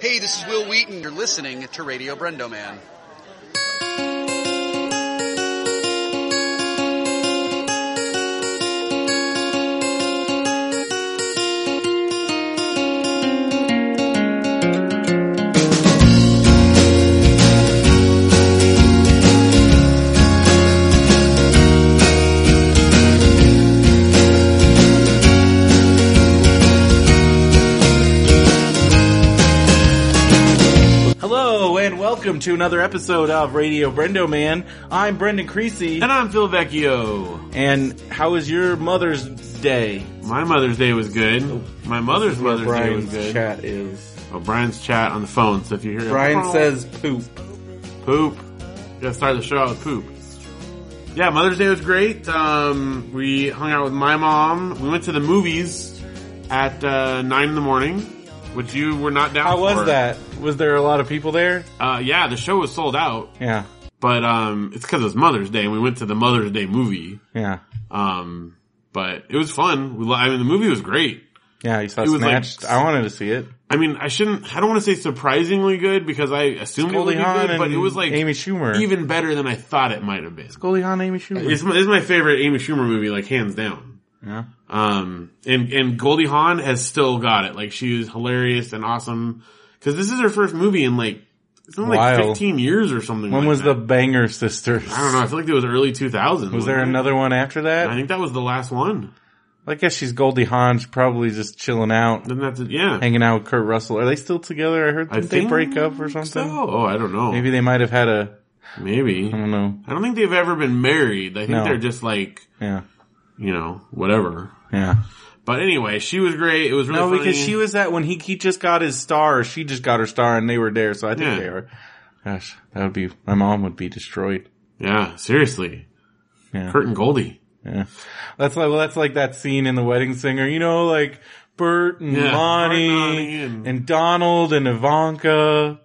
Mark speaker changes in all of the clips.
Speaker 1: This is Will Wheaton. You're listening to Radio Brendo Man.
Speaker 2: Hello and welcome to another episode of Radio Brendo Man. I'm Brendan Creasy.
Speaker 3: And I'm Phil Vecchio.
Speaker 2: And how was your Mother's Day?
Speaker 3: My Mother's Day was good. My mother's Mother's Day
Speaker 2: Brian's
Speaker 3: was good.
Speaker 2: chat is.
Speaker 3: Oh, Brian's chat on the phone. So if you hear
Speaker 2: Brian
Speaker 3: "Pow,
Speaker 2: says poop.
Speaker 3: poop, you gotta start the show out with poop. Yeah, Mother's Day was great. Um, we hung out with my mom. We went to the movies at uh, nine in the morning, which you were not down.
Speaker 2: How was
Speaker 3: for.
Speaker 2: that? Was there a lot of people there?
Speaker 3: Uh, yeah, the show was sold out,
Speaker 2: Yeah,
Speaker 3: but um, it's because it's Mother's Day, and we went to the Mother's Day movie.
Speaker 2: yeah,
Speaker 3: Um, but it was fun. We, li- I mean, the movie was great.
Speaker 2: yeah. You saw
Speaker 3: It was like-
Speaker 2: Snatched. I wanted to see it.
Speaker 3: I mean, I shouldn't. I don't want to say surprisingly good because I assumed it would
Speaker 2: Goldie
Speaker 3: be
Speaker 2: Hawn
Speaker 3: good,
Speaker 2: and
Speaker 3: but it was like
Speaker 2: Amy Schumer.
Speaker 3: even better than I thought it might have been.
Speaker 2: Goldie Hawn, Amy Schumer.
Speaker 3: It's my, it's my favorite Amy Schumer movie, like hands down.
Speaker 2: yeah.
Speaker 3: Um, and and Goldie Hawn has still got it. Like she was hilarious and awesome because this is her first movie in like it's only like
Speaker 2: While.
Speaker 3: fifteen years or something.
Speaker 2: When
Speaker 3: like
Speaker 2: was the
Speaker 3: that.
Speaker 2: Banger Sisters?
Speaker 3: I don't know. I feel like it was early two thousand.
Speaker 2: Was there another one after
Speaker 3: I
Speaker 2: that?
Speaker 3: think that was the last one.
Speaker 2: I guess she's Goldie Hawn. She's probably just chilling out.
Speaker 3: Then that's it. Yeah.
Speaker 2: hanging out with Kurt Russell. Are they still together? I heard
Speaker 3: I
Speaker 2: didn't they
Speaker 3: think
Speaker 2: break up or something.
Speaker 3: So, oh, I don't know.
Speaker 2: Maybe they might have had a
Speaker 3: Maybe.
Speaker 2: I don't know.
Speaker 3: I don't think they've ever been married. I think
Speaker 2: No.
Speaker 3: they're just like
Speaker 2: Yeah.
Speaker 3: you know whatever.
Speaker 2: Yeah.
Speaker 3: But anyway, she was great. It was really
Speaker 2: No,
Speaker 3: funny.
Speaker 2: because she was that when he he just got his star, or she just got her star and they were there, so I think
Speaker 3: Yeah.
Speaker 2: they were gosh, that would be my mom would be destroyed.
Speaker 3: yeah, seriously,
Speaker 2: Yeah.
Speaker 3: Kurt and Goldie.
Speaker 2: Yeah. That's like well that's like that scene in The Wedding Singer, you know, like Bert and
Speaker 3: Yeah,
Speaker 2: Lonnie,
Speaker 3: Bert, Lonnie, and-
Speaker 2: and Donald and Ivanka.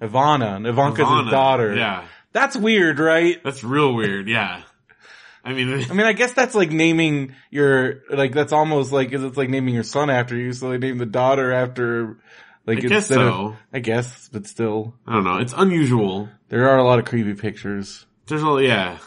Speaker 2: Ivana. And Ivanka's
Speaker 3: Ivana.
Speaker 2: his daughter.
Speaker 3: Yeah,
Speaker 2: That's weird, right?
Speaker 3: that's real weird. Yeah, I mean,
Speaker 2: I mean, I guess that's like naming your like that's almost like 'cause it's like naming your son after you, so they named the daughter after. Like
Speaker 3: I guess
Speaker 2: instead of-
Speaker 3: so.
Speaker 2: I guess, but still,
Speaker 3: I don't know. It's unusual.
Speaker 2: there are a lot of creepy pictures.
Speaker 3: There's a yeah.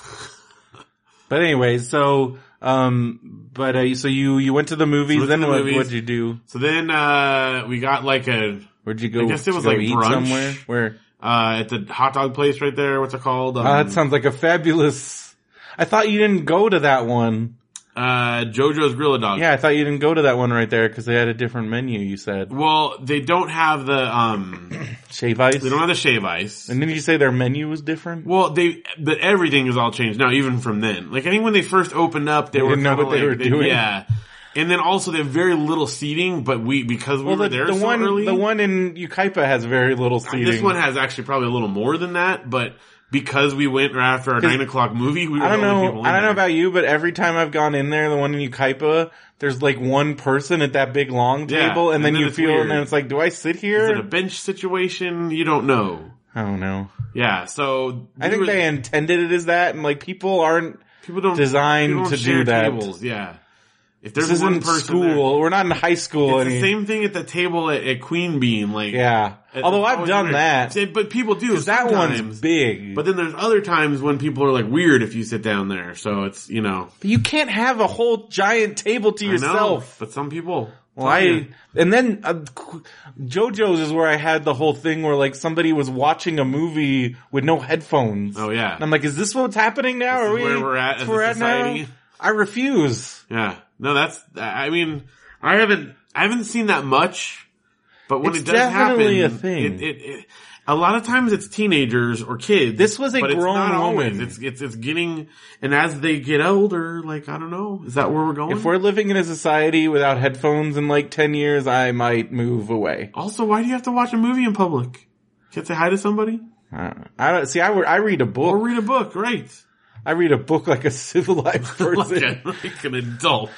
Speaker 2: But anyways, so um, but uh, so you you went to the movies.
Speaker 3: Went to
Speaker 2: then
Speaker 3: the
Speaker 2: what
Speaker 3: movies.
Speaker 2: what'd you do?
Speaker 3: So then uh we got like a
Speaker 2: Where'd you go?
Speaker 3: I guess it
Speaker 2: did
Speaker 3: was
Speaker 2: you go
Speaker 3: like
Speaker 2: eat
Speaker 3: brunch.
Speaker 2: somewhere. Where?
Speaker 3: uh at the hot dog place right there. What's it called? Um,
Speaker 2: Ah, that sounds like a fabulous. I thought you didn't go to that one.
Speaker 3: uh, JoJo's Grill a Dog.
Speaker 2: Yeah, I thought you didn't go to that one right there because they had a different menu. You said
Speaker 3: Well, they don't have the um
Speaker 2: shave ice,
Speaker 3: they don't have the shave ice.
Speaker 2: and then you say their menu was different.
Speaker 3: Well, they but everything is all changed now, even from then. Like I think when they first opened up, they,
Speaker 2: They
Speaker 3: were
Speaker 2: didn't know
Speaker 3: kinda
Speaker 2: what they
Speaker 3: like-
Speaker 2: were doing.
Speaker 3: Yeah, and then also they have very little seating, but we because we
Speaker 2: Well,
Speaker 3: were
Speaker 2: the,
Speaker 3: there
Speaker 2: the
Speaker 3: so
Speaker 2: one
Speaker 3: early,
Speaker 2: the one in Ukaipa has very little seating.
Speaker 3: this one has actually probably a little more than that, but because we went right after our
Speaker 2: 'Cause-
Speaker 3: nine o'clock movie, we were
Speaker 2: I don't
Speaker 3: the only people
Speaker 2: know.
Speaker 3: in
Speaker 2: I don't know
Speaker 3: there.
Speaker 2: about you, but every time I've gone in there, the one in Ukaipa, there's like one person at that big long
Speaker 3: Yeah,
Speaker 2: table, and,
Speaker 3: and
Speaker 2: then,
Speaker 3: then
Speaker 2: you
Speaker 3: it's
Speaker 2: feel,
Speaker 3: weird.
Speaker 2: and then it's like, do I sit
Speaker 3: Is it
Speaker 2: here?
Speaker 3: a bench situation? You don't know.
Speaker 2: I don't know.
Speaker 3: Yeah, so
Speaker 2: I
Speaker 3: we
Speaker 2: think
Speaker 3: were-
Speaker 2: they intended it as that, and like people aren't.
Speaker 3: people don't
Speaker 2: designed
Speaker 3: people don't
Speaker 2: to do
Speaker 3: share
Speaker 2: that.
Speaker 3: Tables, yeah. If there's
Speaker 2: This
Speaker 3: one
Speaker 2: isn't
Speaker 3: person
Speaker 2: school.
Speaker 3: there-
Speaker 2: We're not in high school
Speaker 3: it's the
Speaker 2: anymore.
Speaker 3: same thing at the table at, at Queen Bean. Like
Speaker 2: Yeah.
Speaker 3: It-
Speaker 2: Although
Speaker 3: it's
Speaker 2: I've
Speaker 3: always
Speaker 2: done
Speaker 3: weird.
Speaker 2: that.
Speaker 3: Yeah, oh, but people do.
Speaker 2: That one's
Speaker 3: sometimes.
Speaker 2: big.
Speaker 3: But then there's other times when people are like weird if you sit down there. So it's you know
Speaker 2: But you can't have a whole giant table to
Speaker 3: I know,
Speaker 2: yourself.
Speaker 3: but some people.
Speaker 2: Well, I and then uh, qu- JoJo's is where I had the whole thing where like somebody was watching a movie with no headphones.
Speaker 3: Oh, yeah.
Speaker 2: and I'm like, is this what's happening now?
Speaker 3: This
Speaker 2: Are
Speaker 3: is
Speaker 2: we
Speaker 3: where we're at
Speaker 2: that's
Speaker 3: as
Speaker 2: where
Speaker 3: a
Speaker 2: we're now?
Speaker 3: society?
Speaker 2: I refuse.
Speaker 3: Yeah. No, that's. I mean, I haven't. I haven't seen that much. But when
Speaker 2: It's
Speaker 3: it does
Speaker 2: definitely
Speaker 3: happen,
Speaker 2: a thing.
Speaker 3: It, it, it, a lot of times it's teenagers or kids.
Speaker 2: This was a
Speaker 3: but it's
Speaker 2: grown
Speaker 3: not always.
Speaker 2: woman.
Speaker 3: It's, it's it's getting and as they get older, like I don't know, is that where we're going?
Speaker 2: If we're living in a society without headphones in like ten years, I might move away.
Speaker 3: also, why do you have to watch a movie in public? Can't say hi to somebody
Speaker 2: I don't- I don't see. I, re- I read a
Speaker 3: or
Speaker 2: book.
Speaker 3: read a book, right?
Speaker 2: I read a book like a civilized
Speaker 3: Like,
Speaker 2: person.
Speaker 3: a, like an adult.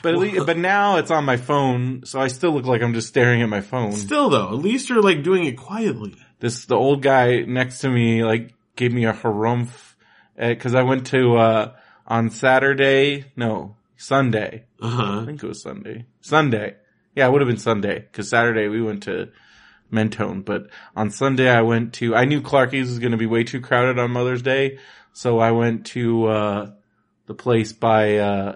Speaker 2: but at least, but now it's on my phone, so I still look like I'm just staring at my phone.
Speaker 3: Still though, at least you're like doing it quietly.
Speaker 2: this the old guy next to me like gave me a harumph because I went to uh on Saturday, no Sunday,
Speaker 3: Uh
Speaker 2: I
Speaker 3: huh.
Speaker 2: think it was Sunday, Sunday, yeah, it would have been Sunday because Saturday we went to Mentone. But on Sunday, I went to. I knew Clarky's was going to be way too crowded on Mother's Day, so I went to uh, the place by uh,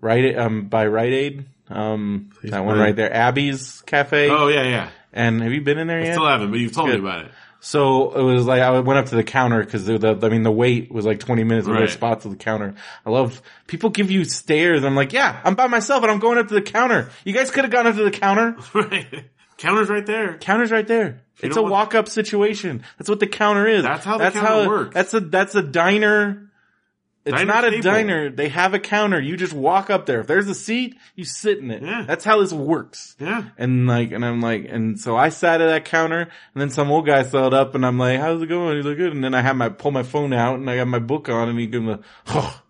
Speaker 2: Rite um by Rite Aid. Um,
Speaker 3: Place
Speaker 2: that one
Speaker 3: by-
Speaker 2: right there, Abby's Cafe.
Speaker 3: Oh yeah, yeah.
Speaker 2: And have you been in there
Speaker 3: I
Speaker 2: yet?
Speaker 3: still haven't, but you've told
Speaker 2: Good.
Speaker 3: me about it.
Speaker 2: So it was like I went up to the counter because the, the I mean the wait was like twenty minutes of their
Speaker 3: Right.
Speaker 2: spots at the counter. I love people give you stares. I'm like, yeah, I'm by myself and I'm going up to the counter. You guys could have gone up to the counter.
Speaker 3: Right. Counter's right there.
Speaker 2: Counter's right there.
Speaker 3: You
Speaker 2: It's a
Speaker 3: don't want-
Speaker 2: walk up situation. That's what the counter is.
Speaker 3: That's how the counter works.
Speaker 2: That's a that's a diner. It's
Speaker 3: Diner
Speaker 2: not a
Speaker 3: staple.
Speaker 2: diner. They have a counter. You just walk up there. If there's a seat, you sit in it.
Speaker 3: Yeah.
Speaker 2: That's how this works.
Speaker 3: Yeah.
Speaker 2: And like, and I'm like, and so I sat at that counter and then some old guy sailed up and I'm like, how's it going? He's like, good. And then I had my, pull my phone out and I got my book on and he gave me a, oh.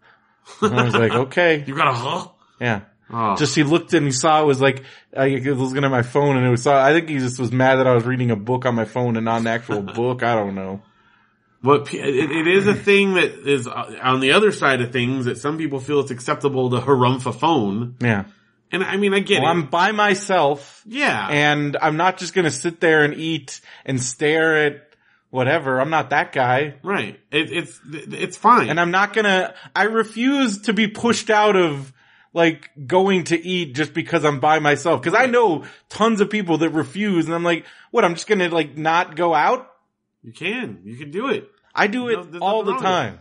Speaker 2: And I was like, okay.
Speaker 3: You got a huh?
Speaker 2: Yeah.
Speaker 3: Oh.
Speaker 2: Just he looked and he saw it was like, I was looking at my phone and it was, saw, I think he just was mad that I was reading a book on my phone and not an actual book. I don't know.
Speaker 3: But p- it, it is a thing that is uh, on the other side of things that some people feel it's acceptable to harumph a phone.
Speaker 2: Yeah.
Speaker 3: And I mean, I get
Speaker 2: Well,
Speaker 3: it.
Speaker 2: Oh, I'm by myself
Speaker 3: yeah.
Speaker 2: and I'm not just going to sit there and eat and stare at whatever. I'm not that guy.
Speaker 3: right. It, it's, it's fine.
Speaker 2: and I'm not gonna, I refuse to be pushed out of like going to eat just because I'm by myself. Cause I know tons of people that refuse and I'm like, what, I'm just gonna like not go out?
Speaker 3: you can. You can do it.
Speaker 2: I do
Speaker 3: No,
Speaker 2: it
Speaker 3: there's
Speaker 2: all
Speaker 3: nothing
Speaker 2: the
Speaker 3: wrong with
Speaker 2: time.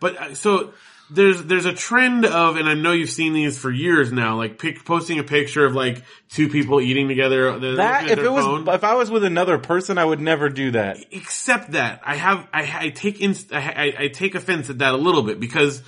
Speaker 3: But uh, so there's there's a trend of, and I know you've seen these for years now, like pic, posting a picture of like two people eating together. they're
Speaker 2: That,
Speaker 3: looking
Speaker 2: if
Speaker 3: at their
Speaker 2: it was,
Speaker 3: phone.
Speaker 2: if I was with another person, I would never do that.
Speaker 3: except that I have I, I take inst- I, I, I take offense at that a little bit because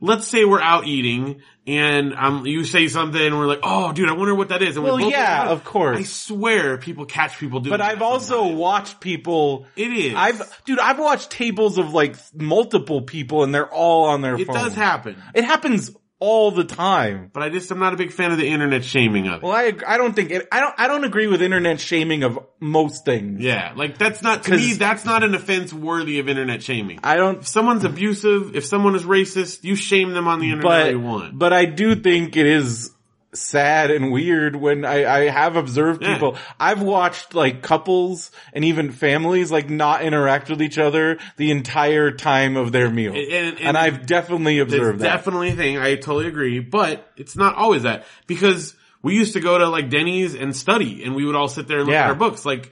Speaker 3: let's say we're out eating and um you say something and we're like oh dude I wonder what that is and we
Speaker 2: Well,
Speaker 3: both
Speaker 2: yeah,
Speaker 3: look at it.
Speaker 2: of course.
Speaker 3: I swear people catch people doing
Speaker 2: But I've
Speaker 3: that
Speaker 2: also
Speaker 3: sometimes.
Speaker 2: watched people.
Speaker 3: It is.
Speaker 2: I've, dude, I've watched tables of like multiple people and they're all on their
Speaker 3: it
Speaker 2: phone.
Speaker 3: does happen
Speaker 2: It happens all the time.
Speaker 3: but I just I'm not a big fan of the internet shaming of it
Speaker 2: Well, I ag- I don't think it, I don't I don't agree with internet shaming of most things.
Speaker 3: yeah like that's not to
Speaker 2: 'Cause-
Speaker 3: me that's not an offense worthy of internet shaming
Speaker 2: I
Speaker 3: if
Speaker 2: don't,
Speaker 3: someone's abusive if someone is racist you shame them on the internet all
Speaker 2: but
Speaker 3: you want
Speaker 2: but I do think it is sad and weird when I I have observed
Speaker 3: Yeah.
Speaker 2: people. I've watched like couples and even families like not interact with each other the entire time of their meal,
Speaker 3: And-
Speaker 2: and,
Speaker 3: and-
Speaker 2: I've definitely observed
Speaker 3: It's
Speaker 2: that.
Speaker 3: definitely a thing. I totally agree, but it's not always that because we used to go to like Denny's and study, and we would all sit there and look
Speaker 2: Yeah.
Speaker 3: at our books. Like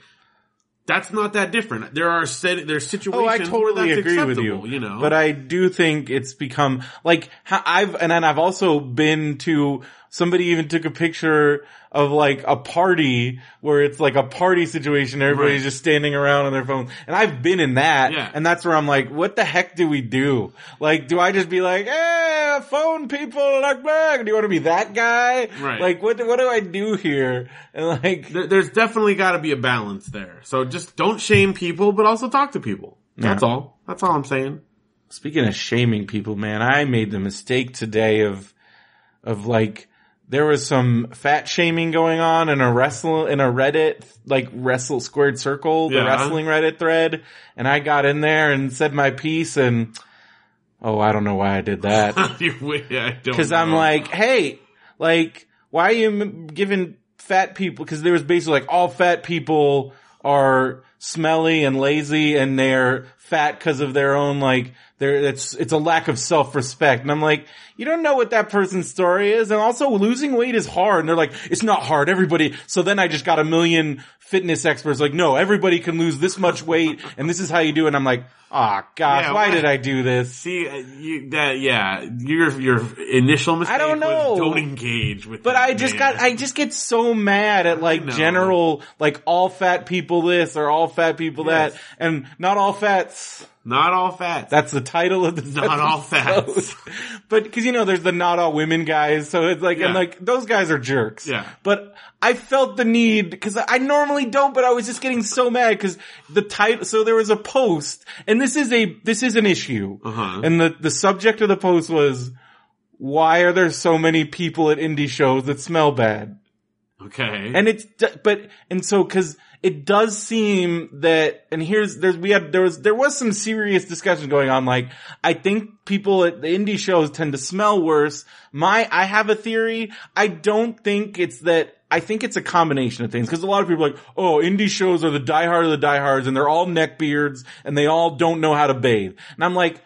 Speaker 3: that's not that different. There are set there's situations.
Speaker 2: Oh, I
Speaker 3: where
Speaker 2: totally
Speaker 3: that's
Speaker 2: agree with you.
Speaker 3: acceptable, You know,
Speaker 2: but I do think it's become like ha- I've and then I've also been to somebody even took a picture of like a party where it's like a party situation. Everybody's
Speaker 3: Right.
Speaker 2: just standing around on their phone, and I've been in that,
Speaker 3: Yeah.
Speaker 2: and that's where I'm like, what the heck do we do? Like, do I just be like, hey, phone people, look back? Do you want to be that guy?
Speaker 3: Right.
Speaker 2: Like, what what do I do here? And like,
Speaker 3: there, there's definitely got to be a balance there. So just don't shame people, but also talk to people. That's all. That's all I'm saying.
Speaker 2: Speaking of shaming people, man, I made the mistake today of, of like, there was some fat shaming going on in a wrestle, in a Reddit, like wrestle squared circle, the
Speaker 3: Yeah.
Speaker 2: wrestling Reddit thread. And I got in there and said my piece and, oh, I don't know why I did that.
Speaker 3: You wi- I don't
Speaker 2: Cause I'm
Speaker 3: know.
Speaker 2: like, hey, like, why are you m- giving fat people? Cause there was basically like all fat people are smelly and lazy and they're fat cause of their own like, they're, it's, it's a lack of self-respect. And I'm like, you don't know what that person's story is. And also losing weight is hard. And they're like, it's not hard. Everybody. So then I just got a million fitness experts like, no, everybody can lose this much weight and this is how you do it. And I'm like, ah, gosh,
Speaker 3: Yeah,
Speaker 2: why
Speaker 3: why-
Speaker 2: did I do this?
Speaker 3: See uh, you that yeah your your initial mistake.
Speaker 2: don't
Speaker 3: was
Speaker 2: know.
Speaker 3: don't engage with.
Speaker 2: But
Speaker 3: that
Speaker 2: I just
Speaker 3: Oh, man.
Speaker 2: got, I just get so mad at like
Speaker 3: know.
Speaker 2: general, like all fat people this or all fat people
Speaker 3: Yes.
Speaker 2: that, and not all fats.
Speaker 3: not all fat.
Speaker 2: That's the title of the
Speaker 3: Not all fats.
Speaker 2: but cause you know, there's the not all women guys. So it's like,
Speaker 3: Yeah.
Speaker 2: and like those guys are jerks.
Speaker 3: Yeah.
Speaker 2: But I felt the need cause I normally don't, but I was just getting so mad cause the title, so there was a post and this is a, this is an issue.
Speaker 3: Uh-huh.
Speaker 2: And the, the subject of the post was, why are there so many people at indie shows that smell bad?
Speaker 3: Okay.
Speaker 2: And it's, d- but, and so, cause it does seem that, and here's, there's, we had, there was, there was some serious discussion going on. Like, I think people at the indie shows tend to smell worse. My, I have a theory. I don't think it's that I think it's a combination of things because a lot of people are like, oh, indie shows are the diehard of the diehards and they're all neckbeards and they all don't know how to bathe. And I'm like,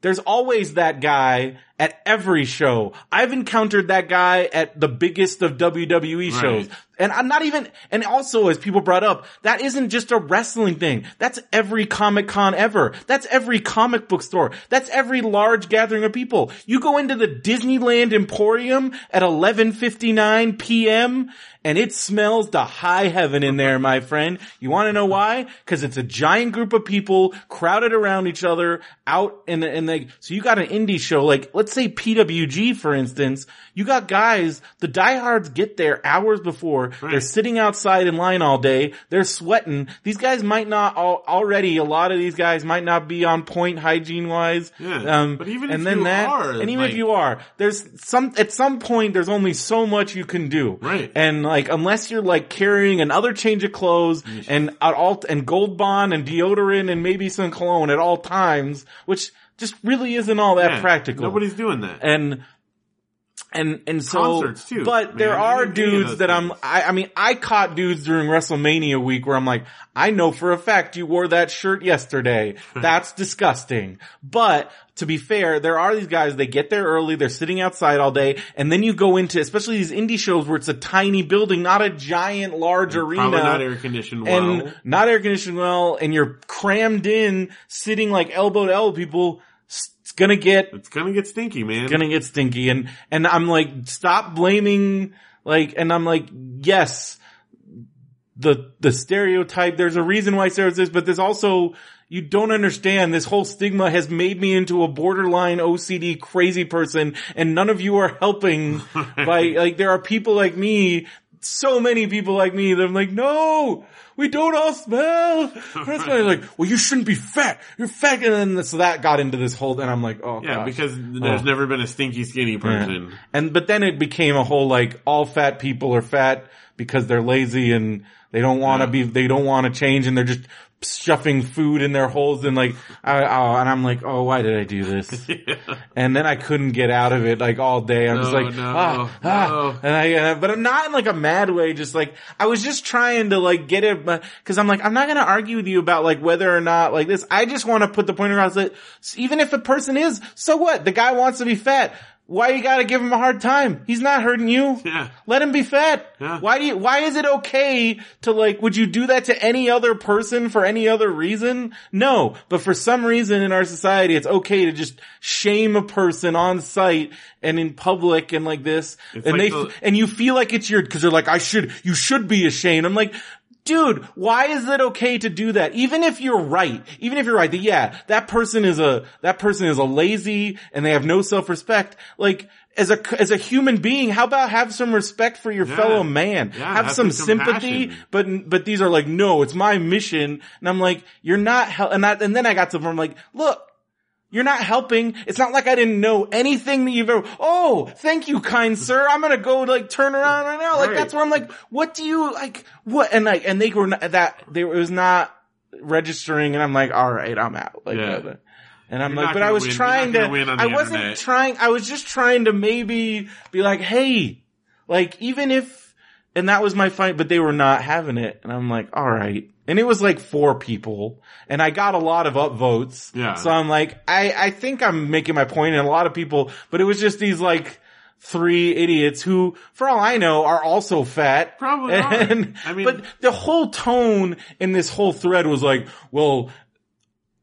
Speaker 2: there's always that guy at every show. I've encountered that guy at the biggest of E WWE
Speaker 3: Right.
Speaker 2: shows. And I'm not even, and also as people brought up, that isn't just a wrestling thing. That's every Comic Con ever. That's every comic book store. That's every large gathering of people. You go into the Disneyland Emporium at 11:59 p.m. and it smells to high heaven in there, my friend. You want to know why? Cuz it's a giant group of people crowded around each other out in the, in the so you got an indie show like let's say PWG for instance, you got guys, the diehards get there hours before. They're sitting outside in line all day. They're sweating. These guys might not al- already. A lot of these guys might not be on point hygiene wise.
Speaker 3: Yeah, but even if you are,
Speaker 2: and even if
Speaker 3: like-
Speaker 2: you are, there's some at some point. There's only so much you can do.
Speaker 3: Right.
Speaker 2: And like unless you're like carrying another change of clothes and at all and gold bond and deodorant and maybe some cologne at all times, which just really isn't all that
Speaker 3: Yeah,
Speaker 2: practical
Speaker 3: Nobody's doing that.
Speaker 2: and and and so
Speaker 3: Concerts, too,
Speaker 2: but
Speaker 3: man.
Speaker 2: there are
Speaker 3: Any- any of
Speaker 2: dudes
Speaker 3: those
Speaker 2: that I'm
Speaker 3: things.
Speaker 2: I, I mean I caught dudes during WrestleMania week where I'm like I know for a fact you wore that shirt yesterday that's disgusting but to be fair there are these guys they get there early they're sitting outside all day and then you go into especially these indie shows where it's a tiny building not a giant large arena
Speaker 3: Probably not air conditioned well.
Speaker 2: and not air conditioned well and you're crammed in sitting like elbow to elbow people s- it's gonna get
Speaker 3: it's gonna get stinky, man.
Speaker 2: gonna get stinky and and I'm like stop blaming like and I'm like yes the the stereotype there's a reason why stereotypes exist but there's also you don't understand this whole stigma has made me into a borderline OCD crazy person and none of you are helping by like there are people like me so many people like me that I'm like, no, we don't all smell. That's why I'm like, well, you shouldn't be fat. You're fat. And then so that got into this whole, and I'm like, oh,
Speaker 3: yeah,
Speaker 2: gosh.
Speaker 3: because there's
Speaker 2: Oh.
Speaker 3: never been a stinky skinny person.
Speaker 2: Yeah. Mm-hmm. And but then it became a whole like all fat people are fat because they're lazy and they don't want to be they don't want to change and they're just shoving food in their holes and like I, oh and I'm like oh why did I do this and then I couldn't get out of it like all day I'm just
Speaker 3: No,
Speaker 2: like
Speaker 3: no,
Speaker 2: ah,
Speaker 3: no.
Speaker 2: ah. and I and I- but I'm not in like a mad way just like I was just trying to like get it because I'm like I'm not gonna argue with you about like whether or not like this I just want to put the point across that even if a person is so what the guy wants to be fat why you gotta give him a hard time? He's not hurting you.
Speaker 3: Yeah.
Speaker 2: Let him be fat.
Speaker 3: Yeah.
Speaker 2: Why do you, why is it okay to like, would you do that to any other person for any other reason? No. But for some reason in our society, it's okay to just shame a person on site and in public and like this.
Speaker 3: It's
Speaker 2: and they,
Speaker 3: like the-
Speaker 2: and you feel like it's your, cause they're like, I should, you should be ashamed. I'm like, Dude, why is it okay to do that? Even if you're right, even if you're right, that yeah, that person is a, that person is a lazy and they have no self-respect. Like, as a, as a human being, how about have some respect for your
Speaker 3: Yeah.
Speaker 2: fellow man?
Speaker 3: Yeah,
Speaker 2: have,
Speaker 3: have
Speaker 2: some,
Speaker 3: some
Speaker 2: sympathy,
Speaker 3: compassion.
Speaker 2: but, but these are like, no, it's my mission. And I'm like, you're not, hel- and I, and then I got to them, I'm like, look, you're not helping. It's not like I didn't know anything that you've ever. Oh, thank you, kind sir. I'm gonna go like turn around right now. Like
Speaker 3: Right.
Speaker 2: that's where I'm like, what do you like? What and like and they were not, that they were- it was not registering, and I'm like, all right, I'm out. Like,
Speaker 3: Yeah.
Speaker 2: uh, and I'm
Speaker 3: You're
Speaker 2: like,
Speaker 3: not
Speaker 2: but I
Speaker 3: gonna
Speaker 2: was
Speaker 3: win- you're
Speaker 2: trying
Speaker 3: not gonna
Speaker 2: to.
Speaker 3: win on the
Speaker 2: I wasn't
Speaker 3: internet.
Speaker 2: trying. I was just trying to maybe be like, hey, like even if. And that was my fight, but they were not having it. And I'm like, all right. And it was like four people and I got a lot of upvotes.
Speaker 3: Yeah.
Speaker 2: So I'm like, I, I think I'm making my point and a lot of people, but it was just these like three idiots who, for all I know, are also fat.
Speaker 3: Probably are.
Speaker 2: And,
Speaker 3: I mean-
Speaker 2: but the whole tone in this whole thread was like, well,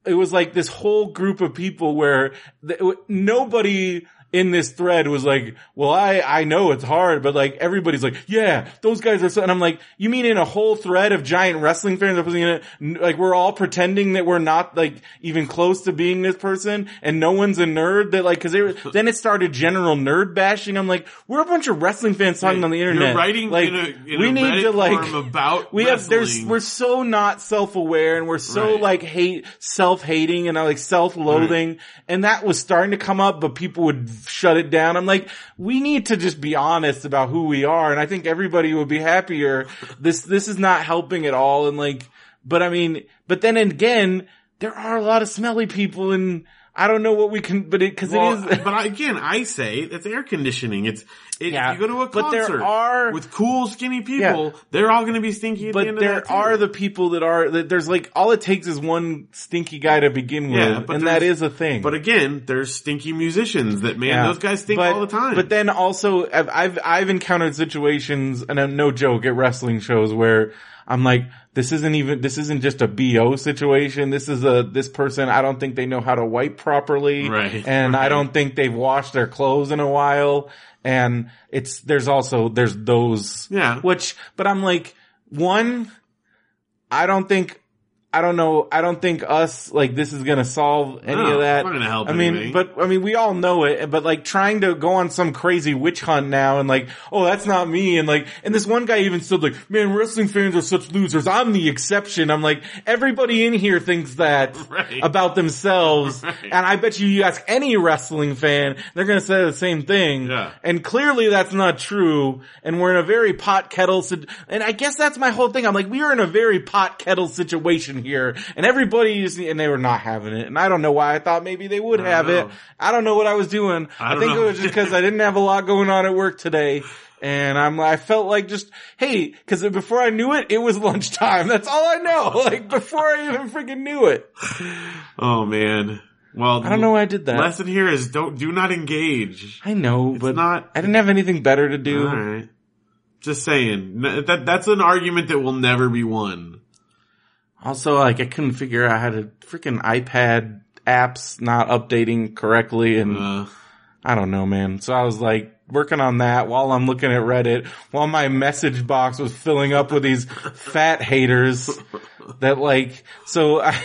Speaker 2: it was like this whole group of people where th- w- nobody in this thread was like, well, I, I know it's hard, but like everybody's like, yeah, those guys are so, and I'm like, you mean in a whole thread of giant wrestling fans, representing it, n- like we're all pretending that we're not like even close to being this person and no one's a nerd that like, cause they were, then it started general nerd bashing. I'm like, we're a bunch of wrestling fans talking on the internet.
Speaker 3: You're writing
Speaker 2: like,
Speaker 3: in a, in
Speaker 2: we
Speaker 3: a
Speaker 2: need
Speaker 3: Reddit
Speaker 2: to like,
Speaker 3: forum about
Speaker 2: we have there's
Speaker 3: wrestling.
Speaker 2: we're so not self-aware and we're so
Speaker 3: Right.
Speaker 2: like hate self-hating and uh, like self-loathing and that was starting to come up but people would shut it down i'm like we need to just be honest about who we are and i think everybody would be happier this this is not helping at all and like but i mean but then again there are a lot of smelly people and I don't know what we can, but it because
Speaker 3: Well,
Speaker 2: it is.
Speaker 3: but I- again, I say it's air conditioning. It's it,
Speaker 2: Yeah,
Speaker 3: you go to a concert
Speaker 2: but there are-
Speaker 3: with cool skinny people. They're all going to be stinky. At the
Speaker 2: But
Speaker 3: end of
Speaker 2: there
Speaker 3: that
Speaker 2: are
Speaker 3: too.
Speaker 2: the people that are that there's like all it takes is one stinky guy to begin with,
Speaker 3: Yeah, but
Speaker 2: and that
Speaker 3: there's-
Speaker 2: is a thing.
Speaker 3: But again, there's stinky musicians that man,
Speaker 2: Yeah.
Speaker 3: those guys stink
Speaker 2: But-
Speaker 3: all the time.
Speaker 2: But then also, I've, I've I've encountered situations, and I'm no joke at wrestling shows where I'm like, this isn't even this isn't just a bo situation. This is a this person. I don't think they know how to wipe properly,
Speaker 3: Right,
Speaker 2: And I
Speaker 3: right.
Speaker 2: don't think they've washed their clothes in a while. And it's there's also there's those
Speaker 3: yeah,
Speaker 2: which, but I'm like, one, I don't think, I don't know, I don't think us, like, this is gonna solve any
Speaker 3: No,
Speaker 2: of that.
Speaker 3: it's not Oh, gonna help
Speaker 2: I mean,
Speaker 3: anything.
Speaker 2: but, I mean, we all know it, but like, trying to go on some crazy witch hunt now and like, oh, that's not me, and like, and this one guy even said like, man, wrestling fans are such losers, I'm the exception. I'm like, everybody in here thinks that
Speaker 3: Right.
Speaker 2: about themselves,
Speaker 3: Right.
Speaker 2: and I bet you you ask any wrestling fan, they're gonna say the same thing.
Speaker 3: Yeah.
Speaker 2: And clearly that's not true. And we're in a very pot kettle, sit- and I guess that's my whole thing. I'm like, we are in a very pot kettle situation here. And everybody is, and they were not having it. And I don't know why I thought maybe they would
Speaker 3: I
Speaker 2: have
Speaker 3: know.
Speaker 2: it. I don't know what I was doing. I,
Speaker 3: I don't
Speaker 2: think
Speaker 3: know.
Speaker 2: it was just cause I didn't have a lot going on at work today. And I'm, I felt like just, hey, cause before I knew it, it was lunchtime. That's all I know. Like before I even freaking knew it.
Speaker 3: oh man. Well,
Speaker 2: I don't know why I did that.
Speaker 3: lesson here is don't do not engage.
Speaker 2: I know, but
Speaker 3: not-
Speaker 2: I didn't have anything better to do.
Speaker 3: All right. Just saying N- that that's an argument that will never be won.
Speaker 2: Also, like I couldn't figure out how to freaking iPad apps not updating correctly, and
Speaker 3: Uh,
Speaker 2: I don't know, man. So I was like working on that while I'm looking at Reddit, while my message box was filling up with these fat haters that like. So I,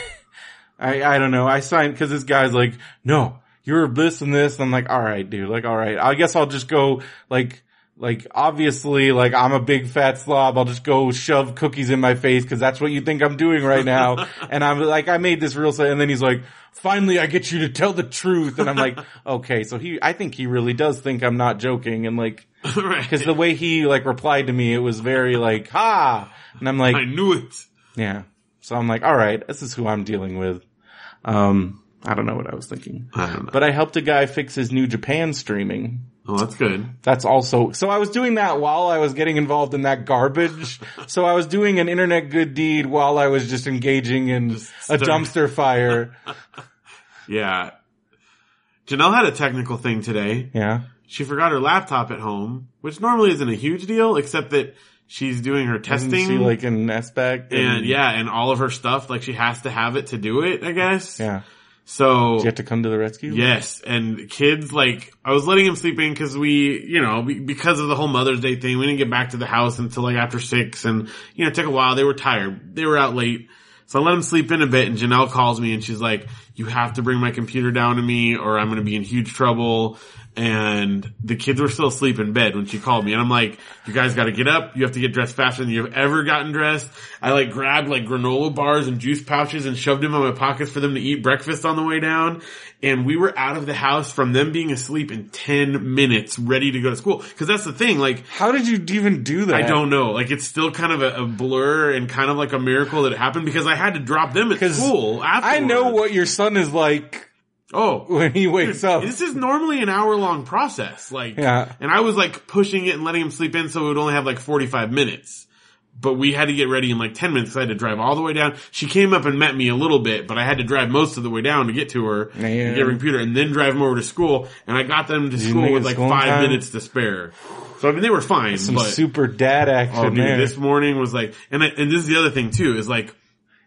Speaker 2: I, I don't know. I signed because this guy's like, no, you're this and this. I'm like, all right, dude. Like, all right. I guess I'll just go like. Like obviously, like I'm a big fat slob. I'll just go shove cookies in my face because that's what you think I'm doing right now. and I'm like, I made this real. sa- And then he's like, "Finally, I get you to tell the truth." And I'm like, okay, so he, I think he really does think I'm not joking. And like,
Speaker 3: right.
Speaker 2: because the way he like replied to me, it was very like, "Ha," and I'm like,
Speaker 3: I knew it.
Speaker 2: yeah. So I'm like, all right, this is who I'm dealing with. Um, I don't know what I was thinking,
Speaker 3: I don't know.
Speaker 2: but I helped a guy fix his new Japan streaming.
Speaker 3: oh, that's good.
Speaker 2: That's also, so I was doing that while I was getting involved in that garbage. so I was doing an internet good deed while I was just engaging in a
Speaker 3: stir-
Speaker 2: dumpster fire.
Speaker 3: Yeah. Janelle had a technical thing today.
Speaker 2: yeah.
Speaker 3: She forgot her laptop at home, which normally isn't a huge deal, except that she's doing her testing.
Speaker 2: Isn't she like an S back?
Speaker 3: and yeah, and all of her stuff, like she has to have it to do it, I guess.
Speaker 2: Yeah.
Speaker 3: So
Speaker 2: Do you have to come to the rescue?
Speaker 3: Yes, and kids like I was letting him sleep in because we, you know, be- because of the whole Mother's Day thing, we didn't get back to the house until like after six, and you know, it took a while. They were tired, they were out late, so I let him sleep in a bit. And Janelle calls me and she's like, "You have to bring my computer down to me, or I'm going to be in huge trouble." And the kids were still asleep in bed when she called me, and I'm like, "You guys got to get up. You have to get dressed faster than you've ever gotten dressed." I like grabbed like granola bars and juice pouches and shoved them in my pockets for them to eat breakfast on the way down. And we were out of the house from them being asleep in 10 minutes ready to go to school. Cause that's the thing. Like,
Speaker 2: How did you even do that?
Speaker 3: I don't know. Like, it's still kind of a, a blur and kind of like a miracle that it happened because I had to drop them at
Speaker 2: 'Cause
Speaker 3: school
Speaker 2: I
Speaker 3: afterwards.
Speaker 2: know what your son is like
Speaker 3: Oh.
Speaker 2: when he wakes up.
Speaker 3: This is normally an hour long process. Like,
Speaker 2: Yeah.
Speaker 3: and I was like pushing it and letting him sleep in so it would only have like 45 minutes. But we had to get ready in like 10 minutes. 'cause I had to drive all the way down. She came up and met me a little bit, but I had to drive most of the way down to get to her and
Speaker 2: Man.
Speaker 3: get her computer and then drive them over to school. And I got them to school
Speaker 2: make it
Speaker 3: with
Speaker 2: to
Speaker 3: like
Speaker 2: school in
Speaker 3: five
Speaker 2: time?
Speaker 3: minutes to spare. So I mean, they were fine,
Speaker 2: Some
Speaker 3: but
Speaker 2: super dad action
Speaker 3: oh, dude,
Speaker 2: there.
Speaker 3: this morning was like, and I, and this is the other thing too, is like,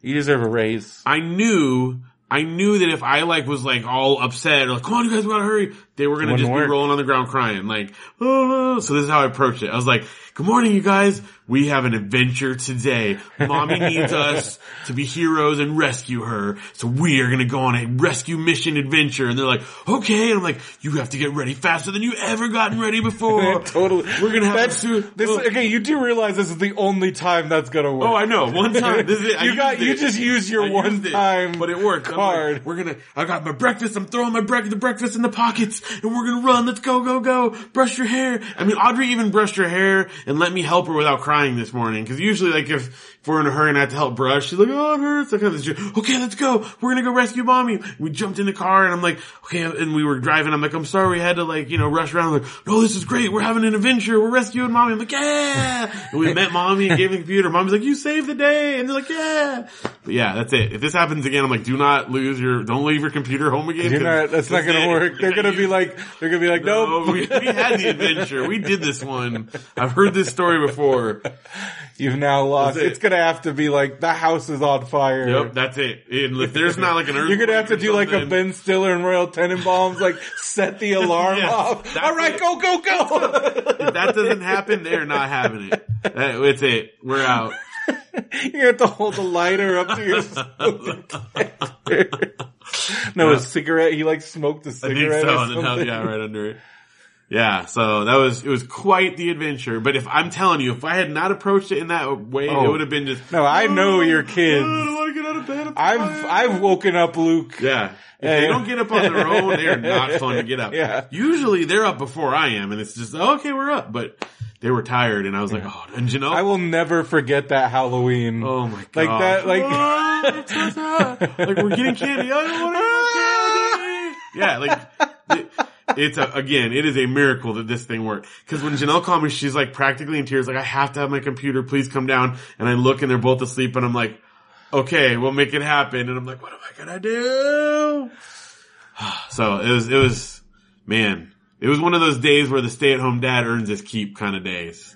Speaker 2: you deserve a raise.
Speaker 3: I knew, I knew that if I like was like all upset or like, come on, you guys gotta hurry, they were gonna
Speaker 2: Wouldn't
Speaker 3: just be
Speaker 2: work.
Speaker 3: rolling on the ground crying, like, oh. So this is how I approached it. I was like, good morning, you guys. We have an adventure today. Mommy needs us to be heroes and rescue her. So we are gonna go on a rescue mission adventure. And they're like, okay. And I'm like, you have to get ready faster than you ever gotten ready before.
Speaker 2: totally.
Speaker 3: We're gonna have
Speaker 2: that's,
Speaker 3: to.
Speaker 2: this.
Speaker 3: oh,
Speaker 2: Okay, you do realize this is the only time that's gonna work.
Speaker 3: oh, I know. One time. This is it. I
Speaker 2: Oh, you got.
Speaker 3: used
Speaker 2: You
Speaker 3: it.
Speaker 2: just use your
Speaker 3: I
Speaker 2: one
Speaker 3: used it,
Speaker 2: time.
Speaker 3: but it worked. I'm
Speaker 2: hard.
Speaker 3: We're gonna. I got my breakfast. I'm throwing my break the breakfast in the pockets, and we're gonna run. Let's go, go, go. Brush your hair. I mean, Audrey even brushed her hair and let me help her without crying this morning. Because usually, like if, if we're in a hurry and I have to help brush, she's like, "Oh, it hurts." That kind of shit. Okay, let's go. We're gonna go rescue mommy. We jumped in the car, and I'm like, "Okay." And we were driving. I'm like, "I'm sorry, we had to like you know rush around." I'm like, "No, this is great. We're having an adventure. We're rescuing mommy." I'm like, "Yeah." And we met mommy and gave her the computer. Mom's like, "You saved the day," and they're like, "Yeah." But yeah, that's it. If this happens again, I'm like, "Do not lose your. Don't leave your computer home again."
Speaker 2: You're not,
Speaker 3: 'cause
Speaker 2: that's not gonna
Speaker 3: it.
Speaker 2: work. They're gonna be like, they're gonna be like,
Speaker 3: No,
Speaker 2: nope.
Speaker 3: we, we had the adventure. We did this one. I've heard this story before.
Speaker 2: You've now lost.
Speaker 3: That's it.
Speaker 2: It's gonna have to be like the house is on fire.
Speaker 3: Yep, that's it. And if there's not like an earthquake,
Speaker 2: You're gonna have to
Speaker 3: or
Speaker 2: do like a
Speaker 3: something-
Speaker 2: Ben Stiller and Royal Tenenbaums, like set the alarm
Speaker 3: Yeah,
Speaker 2: off.
Speaker 3: that's
Speaker 2: All right,
Speaker 3: it.
Speaker 2: go, go, go.
Speaker 3: If that doesn't happen, they're not having it. That- That's it. We're out.
Speaker 2: You're gonna have to hold the lighter up to your smoke detector. No, a cigarette. He like smoked a
Speaker 3: I think
Speaker 2: cigarette.
Speaker 3: so.
Speaker 2: or
Speaker 3: And then held-
Speaker 2: something.
Speaker 3: yeah, right under it. Yeah, so that was it was quite the adventure. But if I'm telling you, if I had not approached it in that way,
Speaker 2: Oh.
Speaker 3: it would have been just "Oh,
Speaker 2: No, I know your kids.
Speaker 3: I don't want to get out of bed. I'm
Speaker 2: I've
Speaker 3: tired."
Speaker 2: I've woken up Luke.
Speaker 3: Yeah. If
Speaker 2: Yeah.
Speaker 3: they don't get up on their own, they are not fun to get up.
Speaker 2: Yeah.
Speaker 3: Usually they're up before I am, and it's just "Oh, okay, we're up. But they were tired, and I was like, oh, and you know,
Speaker 2: I will never forget that Halloween.
Speaker 3: oh my god,
Speaker 2: Like that- like-
Speaker 3: Oh, it's so sad. like we're getting candy. I don't want to get candy. Yeah, like. it- It's a, again, it is a miracle that this thing worked. Cause when Janelle called me, she's like practically in tears, like, I have to have my computer, please come down. And I look and they're both asleep and I'm like, okay, we'll make it happen. And I'm like, what am I gonna do? So it was, it was, man, it was one of those days where the stay at home dad earns his keep kind of days.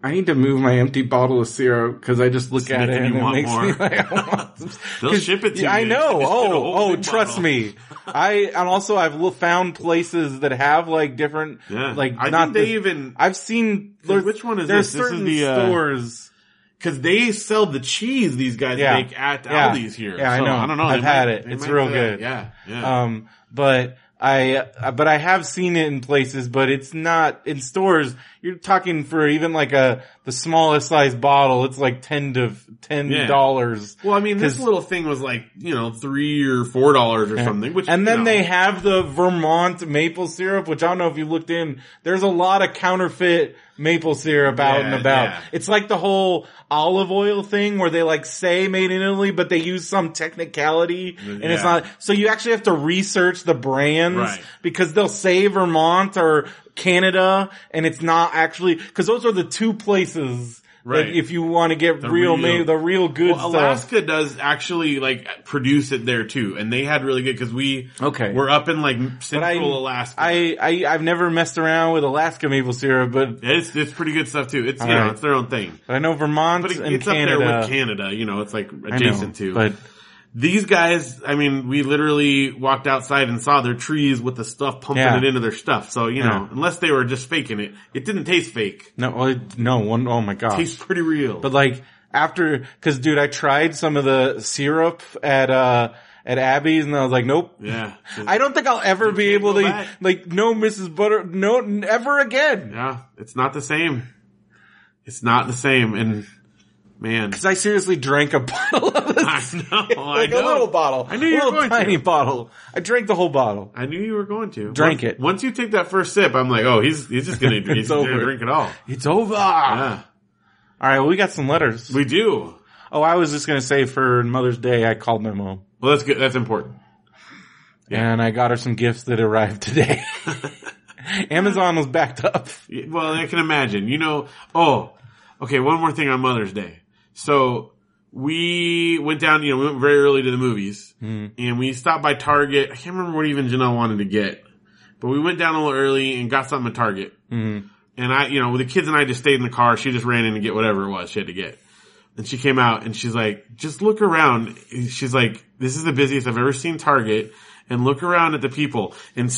Speaker 2: I need to move my empty bottle of syrup because I just look at
Speaker 3: making
Speaker 2: it and
Speaker 3: you
Speaker 2: it
Speaker 3: want
Speaker 2: makes
Speaker 3: more.
Speaker 2: me like, I want some-
Speaker 3: They'll
Speaker 2: 'cause-
Speaker 3: ship it to
Speaker 2: yeah, I
Speaker 3: you.
Speaker 2: know.
Speaker 3: Just get a
Speaker 2: Oh,
Speaker 3: whole
Speaker 2: oh,
Speaker 3: big
Speaker 2: trust
Speaker 3: bottle.
Speaker 2: me. I and also I've l- found places that have like different,
Speaker 3: Yeah.
Speaker 2: like
Speaker 3: I
Speaker 2: not
Speaker 3: think they
Speaker 2: the-
Speaker 3: even,
Speaker 2: I've seen
Speaker 3: Like, which one is
Speaker 2: there's
Speaker 3: this? This is
Speaker 2: certain
Speaker 3: the, uh,
Speaker 2: stores.
Speaker 3: cause they sell the cheese these guys
Speaker 2: Yeah.
Speaker 3: make at
Speaker 2: Yeah.
Speaker 3: Aldi's here.
Speaker 2: Yeah, I
Speaker 3: So,
Speaker 2: know.
Speaker 3: I don't know.
Speaker 2: I've
Speaker 3: They
Speaker 2: had
Speaker 3: might-
Speaker 2: it.
Speaker 3: they
Speaker 2: It's
Speaker 3: might,
Speaker 2: real
Speaker 3: uh,
Speaker 2: good.
Speaker 3: Yeah. Yeah.
Speaker 2: Um, but I but I have seen it in places, but it's not in stores. You're talking for even like a the smallest size bottle. It's like ten to ten
Speaker 3: Yeah.
Speaker 2: dollars.
Speaker 3: well, I mean, this
Speaker 2: 'cause-
Speaker 3: little thing was like, you know, three or four dollars or something, which,
Speaker 2: and
Speaker 3: you
Speaker 2: then
Speaker 3: know.
Speaker 2: they have the Vermont maple syrup, which I don't know if you looked in. There's a lot of counterfeit maple syrup out
Speaker 3: Yeah,
Speaker 2: and about.
Speaker 3: yeah.
Speaker 2: It's like the whole olive oil thing where they like say made in Italy, but they use some technicality and it's
Speaker 3: Yeah.
Speaker 2: not. So you actually have to research the brands
Speaker 3: Right.
Speaker 2: because they'll say Vermont or Canada and it's not actually, cause those are the two places. that
Speaker 3: Right.
Speaker 2: if you want to get real,
Speaker 3: real-
Speaker 2: ma- the real good
Speaker 3: Well,
Speaker 2: stuff.
Speaker 3: Alaska does actually like produce it there too, and they had really good because we
Speaker 2: Okay.
Speaker 3: we're up in like
Speaker 2: But I-
Speaker 3: central Alaska.
Speaker 2: I, I, I've never messed around with Alaska maple syrup, but
Speaker 3: it's it's pretty good stuff too. It's you
Speaker 2: All
Speaker 3: know
Speaker 2: right.
Speaker 3: it's their own thing,
Speaker 2: But I know Vermont
Speaker 3: but it,
Speaker 2: and
Speaker 3: it's
Speaker 2: Canada.
Speaker 3: up there with Canada. You know, it's like
Speaker 2: I know,
Speaker 3: adjacent to.
Speaker 2: But
Speaker 3: these guys, I mean, we literally walked outside and saw their trees with the stuff pumping
Speaker 2: Yeah.
Speaker 3: it into their stuff. So you know,
Speaker 2: Yeah.
Speaker 3: unless they were just faking it, it didn't taste fake.
Speaker 2: no, well, no one oh my
Speaker 3: It
Speaker 2: god!
Speaker 3: tastes pretty real.
Speaker 2: But like after, because dude, I tried some of the syrup at uh at Abby's, and I was like, nope.
Speaker 3: yeah,
Speaker 2: I don't think I'll ever be able
Speaker 3: go
Speaker 2: to
Speaker 3: back.
Speaker 2: like no Mrs. Butter no n- ever again.
Speaker 3: yeah, it's not the same. It's not the same, and man.
Speaker 2: 'Cause I seriously drank a bottle of this.
Speaker 3: I know. I
Speaker 2: like a
Speaker 3: know.
Speaker 2: little bottle.
Speaker 3: I knew you
Speaker 2: a little
Speaker 3: were going
Speaker 2: tiny
Speaker 3: to.
Speaker 2: bottle. I drank the whole bottle.
Speaker 3: I knew you were going to.
Speaker 2: Drank
Speaker 3: once,
Speaker 2: it.
Speaker 3: Once you take that first sip, I'm like, oh, he's he's just gonna, he's
Speaker 2: It's
Speaker 3: gonna
Speaker 2: over.
Speaker 3: drink it all.
Speaker 2: It's over.
Speaker 3: Yeah,
Speaker 2: All right, well, we got some letters.
Speaker 3: we do.
Speaker 2: oh, I was just gonna say for Mother's Day, I called my mom.
Speaker 3: Well, that's good. That's important.
Speaker 2: and I got her some gifts that arrived today. Amazon was backed up.
Speaker 3: Yeah, Well, I can imagine. You know. Oh, okay. One more thing on Mother's Day. So we went down. You know, we went very early to the movies,
Speaker 2: Mm-hmm.
Speaker 3: and we stopped by Target. I can't remember what even Janelle wanted to get, but we went down a little early and got something at Target.
Speaker 2: Mhm.
Speaker 3: And I, you know, the kids and I just stayed in the car. She just ran in to get whatever it was she had to get. And she came out and she's like, just look around. She's like, this is the busiest I've ever seen Target. And look around at the people. And
Speaker 2: all-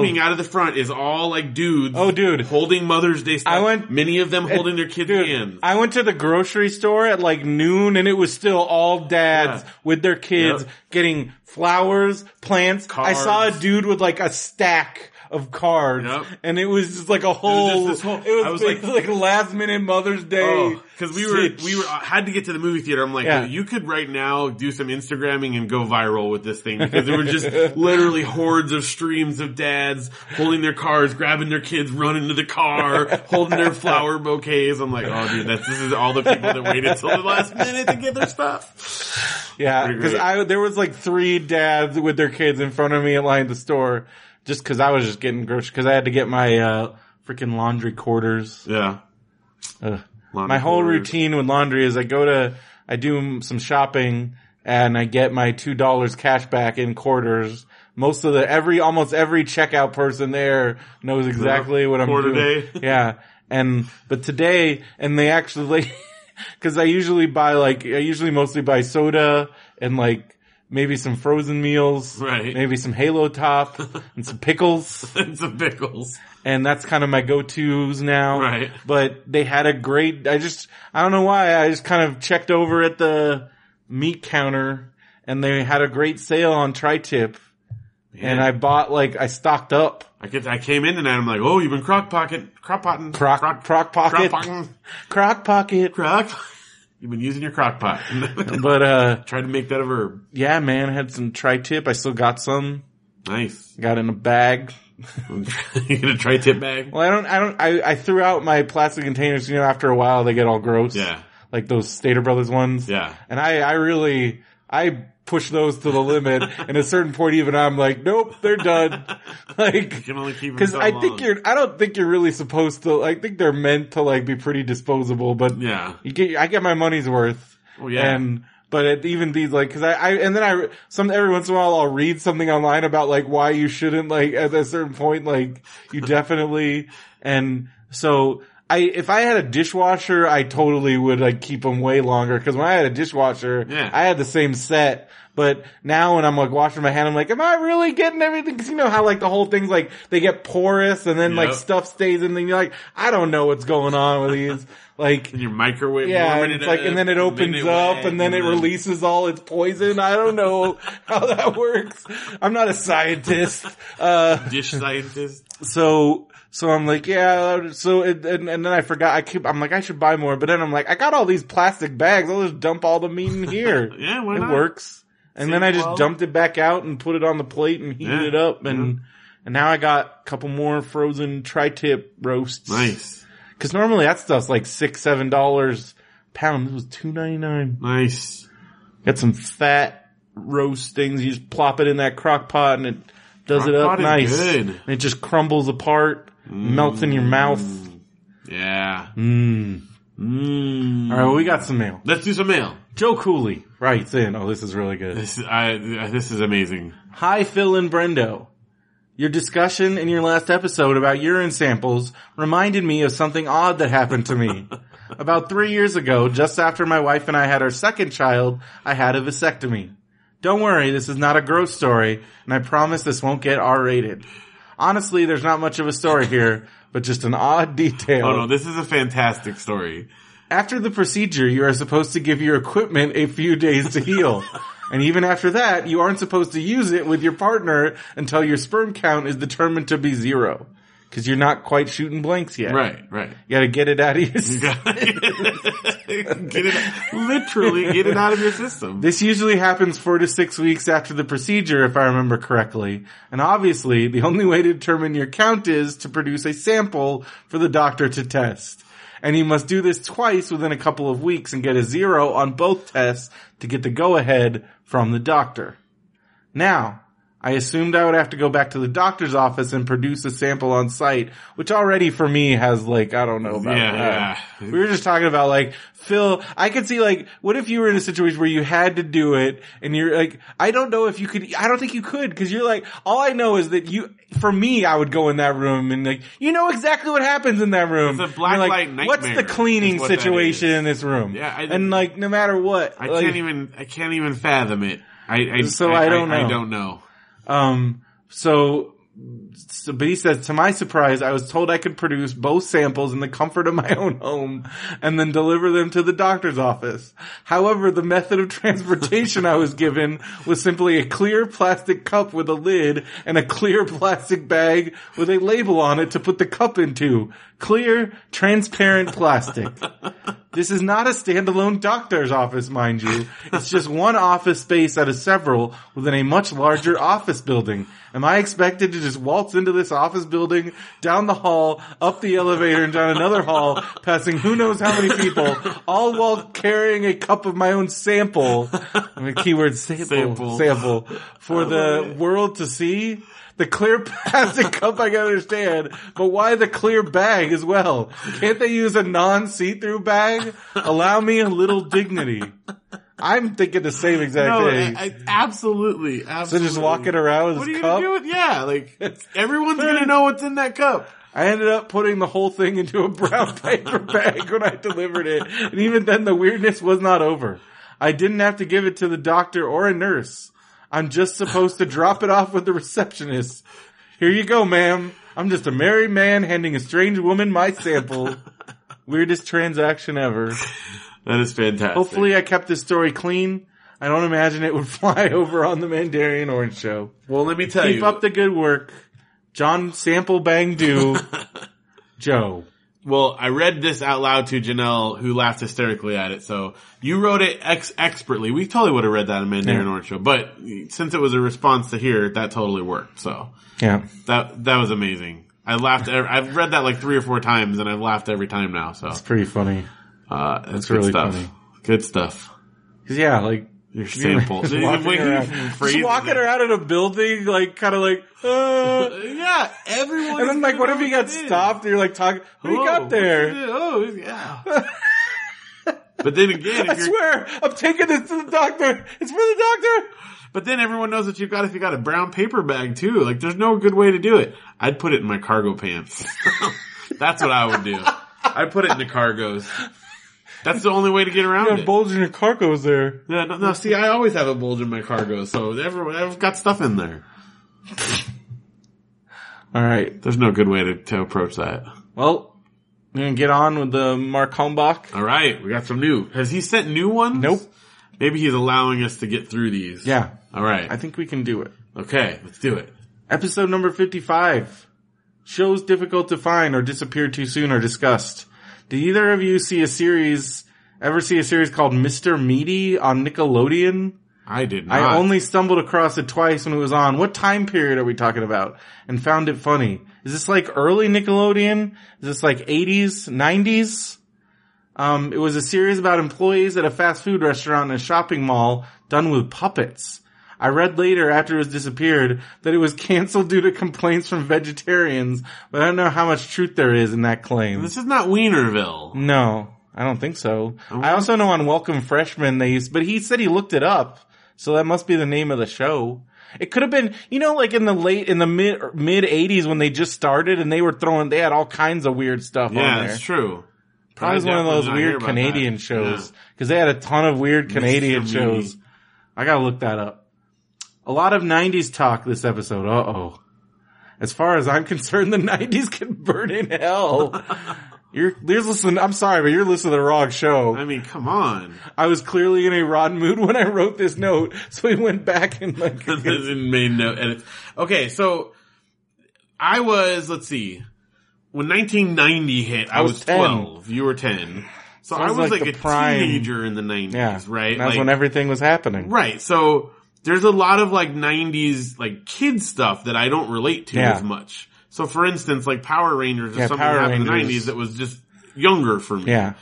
Speaker 3: streaming out of the front is all like dudes.
Speaker 2: Oh, dude.
Speaker 3: Holding Mother's Day stuff.
Speaker 2: I went-
Speaker 3: many of them holding their kids'
Speaker 2: Dude,
Speaker 3: hands.
Speaker 2: I went to the grocery store at like noon and it was still all dads
Speaker 3: Yeah.
Speaker 2: with their kids
Speaker 3: Yep.
Speaker 2: getting flowers, plants. I saw a
Speaker 3: Cards.
Speaker 2: dude with like a stack of cards,
Speaker 3: Yep.
Speaker 2: and it was just like a whole. It was,
Speaker 3: this whole- I was
Speaker 2: like, like
Speaker 3: like-
Speaker 2: last minute Mother's Day
Speaker 3: because Oh, we were
Speaker 2: shit.
Speaker 3: we were had to get to the movie theater. I'm like,
Speaker 2: Yeah.
Speaker 3: you could right now do some Instagramming and go viral with this thing because there were just literally hordes of streams of dads holding their cars, grabbing their kids, running to the car, holding their flower bouquets. I'm like, oh dude, that's this is all the people that waited till the last minute to get their stuff.
Speaker 2: Yeah,
Speaker 3: Pretty
Speaker 2: because
Speaker 3: great.
Speaker 2: I there was like three dads with their kids in front of me in line at the store, just because I was just getting groceries because I had to get my uh, freaking laundry quarters.
Speaker 3: Yeah,
Speaker 2: Ugh.
Speaker 3: Laundry
Speaker 2: My whole
Speaker 3: quarters.
Speaker 2: routine with laundry is I go to I do some shopping and I get my two dollars cash back in quarters. Most of the every almost every checkout person there knows exactly what I'm
Speaker 3: Quarter
Speaker 2: doing.
Speaker 3: day.
Speaker 2: Yeah, and but today and they actually because I usually buy like I usually mostly buy soda and like maybe some frozen meals,
Speaker 3: Right.
Speaker 2: Maybe some Halo Top and some pickles
Speaker 3: it's the pickles.
Speaker 2: and that's kind of my go-tos now.
Speaker 3: Right.
Speaker 2: But they had a great, I just, I don't know why, I just kind of checked over at the meat counter and they had a great sale on tri-tip and I bought like, I stocked up
Speaker 3: I, get, I came in tonight. I'm like, oh, you've been crock pocket, crock potting,
Speaker 2: crock, crock, pocket, crock,
Speaker 3: crock,
Speaker 2: pocket.
Speaker 3: crock. You've been using your crock pot.
Speaker 2: But, uh,
Speaker 3: Try to make that a verb.
Speaker 2: yeah, man, I had some tri-tip. I still got some,
Speaker 3: Nice.
Speaker 2: got in a bag.
Speaker 3: you get a tri-tip bag.
Speaker 2: Well, I don't, I don't, I, I threw out my plastic containers, you know, after a while they get all gross.
Speaker 3: Yeah.
Speaker 2: Like those Stater Brothers ones.
Speaker 3: Yeah.
Speaker 2: And I, I really, I push those to the limit. and at a certain point, even I'm like, nope, they're done. like,
Speaker 3: You can only keep 'em
Speaker 2: because
Speaker 3: so
Speaker 2: I
Speaker 3: long.
Speaker 2: think you're, I don't think you're really supposed to. I think they're meant to like be pretty disposable, but
Speaker 3: Yeah.
Speaker 2: you get, I get my money's worth.
Speaker 3: Oh yeah.
Speaker 2: And but it, even these like because I, I and then I some every once in a while I'll read something online about like why you shouldn't like at a certain point like you definitely and so I if I had a dishwasher I totally would like keep them way longer because when I had a dishwasher
Speaker 3: Yeah.
Speaker 2: I had the same set. But now when I'm like washing my hand, I'm like, am I really getting everything? Cause you know how like the whole thing's like, they get porous and then like
Speaker 3: Yep.
Speaker 2: stuff stays and then you're like, I don't know what's going on with these. Like,
Speaker 3: and your microwave.
Speaker 2: yeah,
Speaker 3: warming
Speaker 2: and it's
Speaker 3: it
Speaker 2: like,
Speaker 3: up,
Speaker 2: and then it opens
Speaker 3: it
Speaker 2: up,
Speaker 3: wet,
Speaker 2: and then it releases all its poison. I don't know how that works. I'm not a scientist, uh,
Speaker 3: Dish scientist.
Speaker 2: so so I'm like, yeah. So it, and and then I forgot. I keep. I'm like, I should buy more, but then I'm like, I got all these plastic bags. I'll just dump all the meat in here.
Speaker 3: Yeah, why
Speaker 2: it
Speaker 3: not?
Speaker 2: works. And then I just
Speaker 3: well.
Speaker 2: dumped it back out and put it on the plate and heated
Speaker 3: Yeah,
Speaker 2: it up and. And now I got a couple more frozen tri-tip roasts.
Speaker 3: Nice.
Speaker 2: Cause normally that stuff's like six, seven dollars a pound. This was two ninety nine.
Speaker 3: Nice.
Speaker 2: Got some fat roast things. You just plop it in that crock pot and it does
Speaker 3: Crock
Speaker 2: it up
Speaker 3: pot is
Speaker 2: nice.
Speaker 3: good.
Speaker 2: And it just crumbles apart, melts in your mouth.
Speaker 3: Mm. Yeah.
Speaker 2: Mm.
Speaker 3: Mm.
Speaker 2: All right, well, we got some mail.
Speaker 3: Let's do some mail.
Speaker 2: Joe Cooley writes in. Oh, this is really good.
Speaker 3: This is, I, this is amazing.
Speaker 2: Hi, Phil and Brendo. Your discussion in your last episode about urine samples reminded me of something odd that happened to me. about three years ago, just after my wife and I had our second child, I had a vasectomy. Don't worry, this is not a gross story, and I promise this won't get R-rated. Honestly, there's not much of a story here, but just an odd detail.
Speaker 3: Oh no, this is a fantastic story.
Speaker 2: After the procedure, you are supposed to give your equipment a few days to heal. and even after that, you aren't supposed to use it with your partner until your sperm count is determined to be zero. Cause you're not quite shooting blanks yet.
Speaker 3: Right, right.
Speaker 2: You gotta get it out of your system.
Speaker 3: get it, literally get it out of your system.
Speaker 2: Um, This usually happens four to six weeks after the procedure, if I remember correctly. And obviously, the only way to determine your count is to produce a sample for the doctor to test. And you must do this twice within a couple of weeks and get a zero on both tests to get the go ahead from the doctor. Now, I assumed I would have to go back to the doctor's office and produce a sample on site, which already for me has like, I don't know about
Speaker 3: Yeah,
Speaker 2: that.
Speaker 3: yeah.
Speaker 2: We were just talking about like, Phil, I could see like, what if you were in a situation where you had to do it and you're like, I don't know if you could, I don't think you could because you're like, all I know is that you, for me, I would go in that room and like, you know exactly what happens in that room.
Speaker 3: It's a
Speaker 2: And you're
Speaker 3: black
Speaker 2: like,
Speaker 3: light nightmare
Speaker 2: What's the cleaning
Speaker 3: is what that
Speaker 2: situation
Speaker 3: is.
Speaker 2: in this room?
Speaker 3: Yeah, I-
Speaker 2: and like, no matter what.
Speaker 3: I
Speaker 2: like-
Speaker 3: can't even, I can't even fathom it. I, I
Speaker 2: So I don't
Speaker 3: I
Speaker 2: know.
Speaker 3: don't know.
Speaker 2: Um, so so- but he says, to my surprise, I was told I could produce both samples in the comfort of my own home and then deliver them to the doctor's office. However, the method of transportation I was given was simply a clear plastic cup with a lid and a clear plastic bag with a label on it to put the cup into. Clear, transparent plastic. This is not a standalone doctor's office, mind you. It's just one office space out of several within a much larger office building. Am I expected to just waltz into this office building, down the hall, up the elevator, and down another hall, passing who knows how many people, all while carrying a cup of my own sample, I mean, keyword sample,
Speaker 3: Sample.
Speaker 2: sample, for
Speaker 3: Oh,
Speaker 2: the world to see? The clear plastic cup I can understand, but why the clear bag as well? Can't they use a non-see-through bag? Allow me a little dignity. I'm thinking the same exact
Speaker 3: No,
Speaker 2: thing.
Speaker 3: I, I- absolutely,
Speaker 2: so
Speaker 3: absolutely.
Speaker 2: just walking around with
Speaker 3: What are
Speaker 2: this
Speaker 3: you
Speaker 2: cup.
Speaker 3: gonna do with? Yeah, like everyone's gonna know what's in that cup.
Speaker 2: I ended up putting the whole thing into a brown paper bag when I delivered it. And even then the weirdness was not over. I didn't have to give it to the doctor or a nurse. I'm just supposed to drop it off with the receptionist. Here you go, ma'am. I'm just a married man handing a strange woman my sample. Weirdest transaction ever.
Speaker 3: That is fantastic.
Speaker 2: Hopefully I kept this story clean. I don't imagine it would fly over on the Mandarin Orange show.
Speaker 3: well, let me tell
Speaker 2: Keep
Speaker 3: you.
Speaker 2: up the good work. John Sample Bang Do. Joe.
Speaker 3: Well, I read this out loud to Janelle, who laughed hysterically at it. So you wrote it ex- expertly. We totally would have read that in Mandarin
Speaker 2: Yeah.
Speaker 3: Orange Show, but since it was a response to here, that totally worked. So
Speaker 2: Yeah.
Speaker 3: that that was amazing. I laughed. ev- I've read that like three or four times, and I've laughed every time now. So
Speaker 2: It's pretty funny.
Speaker 3: uh, that's, good
Speaker 2: really
Speaker 3: stuff.
Speaker 2: funny.
Speaker 3: Good stuff.
Speaker 2: Cause yeah, like
Speaker 3: Your sample.
Speaker 2: just
Speaker 3: The way
Speaker 2: walking,
Speaker 3: you
Speaker 2: around,
Speaker 3: phrase
Speaker 2: just walking
Speaker 3: it.
Speaker 2: around in a building, like kind of like, uh,
Speaker 3: Yeah, everyone.
Speaker 2: and then like, what if you got stopped? And you're like talking, what do you got there?
Speaker 3: Oh, yeah. but then again,
Speaker 2: I
Speaker 3: if you're,
Speaker 2: swear, I'm taking this to the doctor. It's for the doctor.
Speaker 3: but then everyone knows what you got if you got a brown paper bag too. Like, there's no good way to do it. I'd put it in my cargo pants. That's what I would do. I'd put it in the cargos. That's the only way to get
Speaker 2: You
Speaker 3: around
Speaker 2: got a
Speaker 3: it.
Speaker 2: bulge in your cargo's there.
Speaker 3: Yeah, no, no, see, I always have a bulge in my cargo, so everyone, I've got stuff in there.
Speaker 2: All right.
Speaker 3: There's no good way to, to approach that.
Speaker 2: Well, we're gonna get on with the Mark Hombach.
Speaker 3: All right, we got some new. Has he sent new ones?
Speaker 2: Nope.
Speaker 3: Maybe he's allowing us to get through these.
Speaker 2: Yeah,
Speaker 3: All right.
Speaker 2: I think we can do it.
Speaker 3: okay, let's do it.
Speaker 2: Episode number 55. Shows difficult to find or disappear too soon are discussed. Did either of you see a series, ever see a series called Mr. Meaty on Nickelodeon?
Speaker 3: I did not.
Speaker 2: I only stumbled across it twice when it was on. What time period are we talking about? And found it funny. Is this like early Nickelodeon? Is this like 80s, 90s? Um, it was a series about employees at a fast food restaurant and a shopping mall done with puppets. I read later after it was disappeared that it was canceled due to complaints from vegetarians, but I don't know how much truth there is in that claim.
Speaker 3: This is not
Speaker 2: Mm,
Speaker 3: Wienerville.
Speaker 2: No, I don't think so. I also know on Welcome Freshman they used, but he said he looked it up, so that must be the name of the show. It could have been, you know, like in the late, in the mid, mid 80s when they just started and they were throwing, they had all kinds of weird stuff
Speaker 3: Yeah,
Speaker 2: on there.
Speaker 3: it's true.
Speaker 2: Probably was one of
Speaker 3: definitely
Speaker 2: those
Speaker 3: did not hear
Speaker 2: weird
Speaker 3: about
Speaker 2: Canadian
Speaker 3: that.
Speaker 2: shows because they had a ton of weird Canadian
Speaker 3: Meaty.
Speaker 2: shows. I gotta look that up. A lot of 90s talk this episode. Uh oh. As far as I'm concerned, the 90s can burn in hell. You're, you're listening, I'm sorry, but you're listening to the wrong
Speaker 3: Yeah. I
Speaker 2: show.
Speaker 3: mean, come on.
Speaker 2: I was clearly in a rod mood when I wrote this note, so we went back and like,
Speaker 3: It made no edits. Okay, so I was, let's see, when 1990 hit, I,
Speaker 2: I
Speaker 3: was,
Speaker 2: was 10.
Speaker 3: 12. You were 10. So I was like,
Speaker 2: the
Speaker 3: a
Speaker 2: prime-
Speaker 3: teenager in the 90s,
Speaker 2: yeah,
Speaker 3: right?
Speaker 2: That's
Speaker 3: Like-
Speaker 2: when everything was happening.
Speaker 3: Right. So there's a lot of like 90s like kid stuff that I don't relate to
Speaker 2: Yeah.
Speaker 3: as much. So for instance, like Power Rangers or
Speaker 2: Yeah,
Speaker 3: something
Speaker 2: Power
Speaker 3: happened in the
Speaker 2: Rangers.
Speaker 3: 90s that was just younger for me.
Speaker 2: Yeah.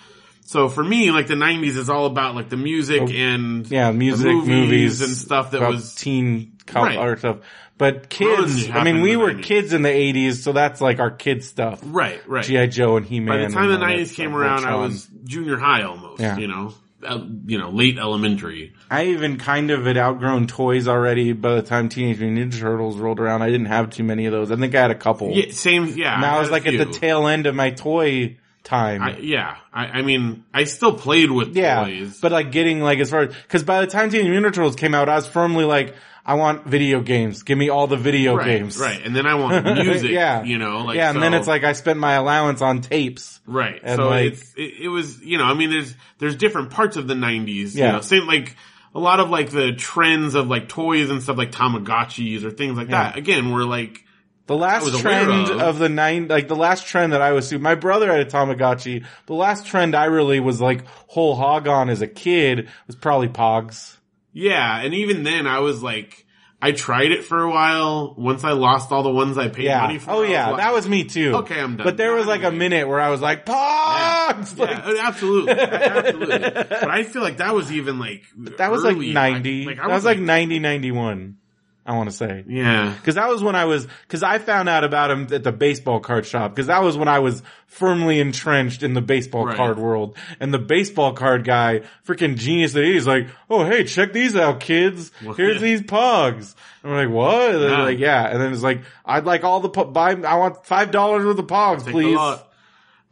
Speaker 3: So for me, like the 90s is all about like the music and
Speaker 2: Oh, Yeah, music,
Speaker 3: movies
Speaker 2: movies,
Speaker 3: and stuff that
Speaker 2: about
Speaker 3: was-
Speaker 2: teen cop
Speaker 3: Right.
Speaker 2: art stuff. But kids,
Speaker 3: Grunge
Speaker 2: I mean,
Speaker 3: happened
Speaker 2: we
Speaker 3: in the
Speaker 2: were
Speaker 3: 90s.
Speaker 2: kids in the '80s, so that's like our kids stuff.
Speaker 3: right, right.
Speaker 2: GI Joe and He Man.
Speaker 3: By the time the 90s came around, I was junior high almost,
Speaker 2: Yeah.
Speaker 3: you know, uh, you know, late elementary.
Speaker 2: I even kind of had outgrown toys already. By the time Teenage Mutant Ninja Turtles rolled around, I didn't have too many of those. I think I had a couple.
Speaker 3: Yeah, same, yeah.
Speaker 2: now I was
Speaker 3: had a
Speaker 2: like at the
Speaker 3: few.
Speaker 2: tail end of my toy time.
Speaker 3: I, yeah, I, I mean, I still played with
Speaker 2: Yeah,
Speaker 3: toys.
Speaker 2: but like getting like as far because by the time Teenage Mutant Ninja Turtles came out, I was firmly like I want video games. Give me all the video
Speaker 3: right,
Speaker 2: games.
Speaker 3: right. And then I want music.
Speaker 2: yeah.
Speaker 3: you know, like
Speaker 2: yeah. And then
Speaker 3: so-
Speaker 2: it's like I spent my allowance on tapes.
Speaker 3: Right.
Speaker 2: And,
Speaker 3: so
Speaker 2: like-
Speaker 3: it's it, it was you know I mean there's there's different parts of the 90s.
Speaker 2: Yeah.
Speaker 3: You know, same like a lot of like the trends of like toys and stuff like Tamagotchis or things like that. Again, we're like
Speaker 2: The
Speaker 3: I
Speaker 2: last
Speaker 3: was aware
Speaker 2: trend
Speaker 3: of.
Speaker 2: of. the nine, like the last trend that I was, super- my brother had a Tamagotchi. The last trend I really was like whole hog on as a kid was probably Pogs.
Speaker 3: yeah, and even then I was like I tried it for a while. Once I lost all the ones I paid
Speaker 2: Yeah.
Speaker 3: money for.
Speaker 2: Oh
Speaker 3: I
Speaker 2: yeah,
Speaker 3: like-
Speaker 2: that was me too.
Speaker 3: Okay, I'm done.
Speaker 2: But there was like a minute where I was like Pogs.
Speaker 3: Yeah, uh,
Speaker 2: Like,
Speaker 3: absolutely, absolutely. But I feel like that was even like
Speaker 2: that was
Speaker 3: early.
Speaker 2: like ninety.
Speaker 3: I- I
Speaker 2: that was like 90, 91, I want to say.
Speaker 3: yeah,
Speaker 2: Cause that was when I was, cause I found out about him at the baseball card shop. Cause that was when I was firmly entrenched in the baseball
Speaker 3: Right.
Speaker 2: card world. And the baseball card guy, freaking genius that he is, like, oh hey, check these out, kids. Here's these pogs. And I'm like, what? And they're
Speaker 3: Yeah.
Speaker 2: like, yeah. And then it's like, I'd like all the po- buy. I want five dollars worth of pogs,
Speaker 3: Take the
Speaker 2: please.
Speaker 3: lot.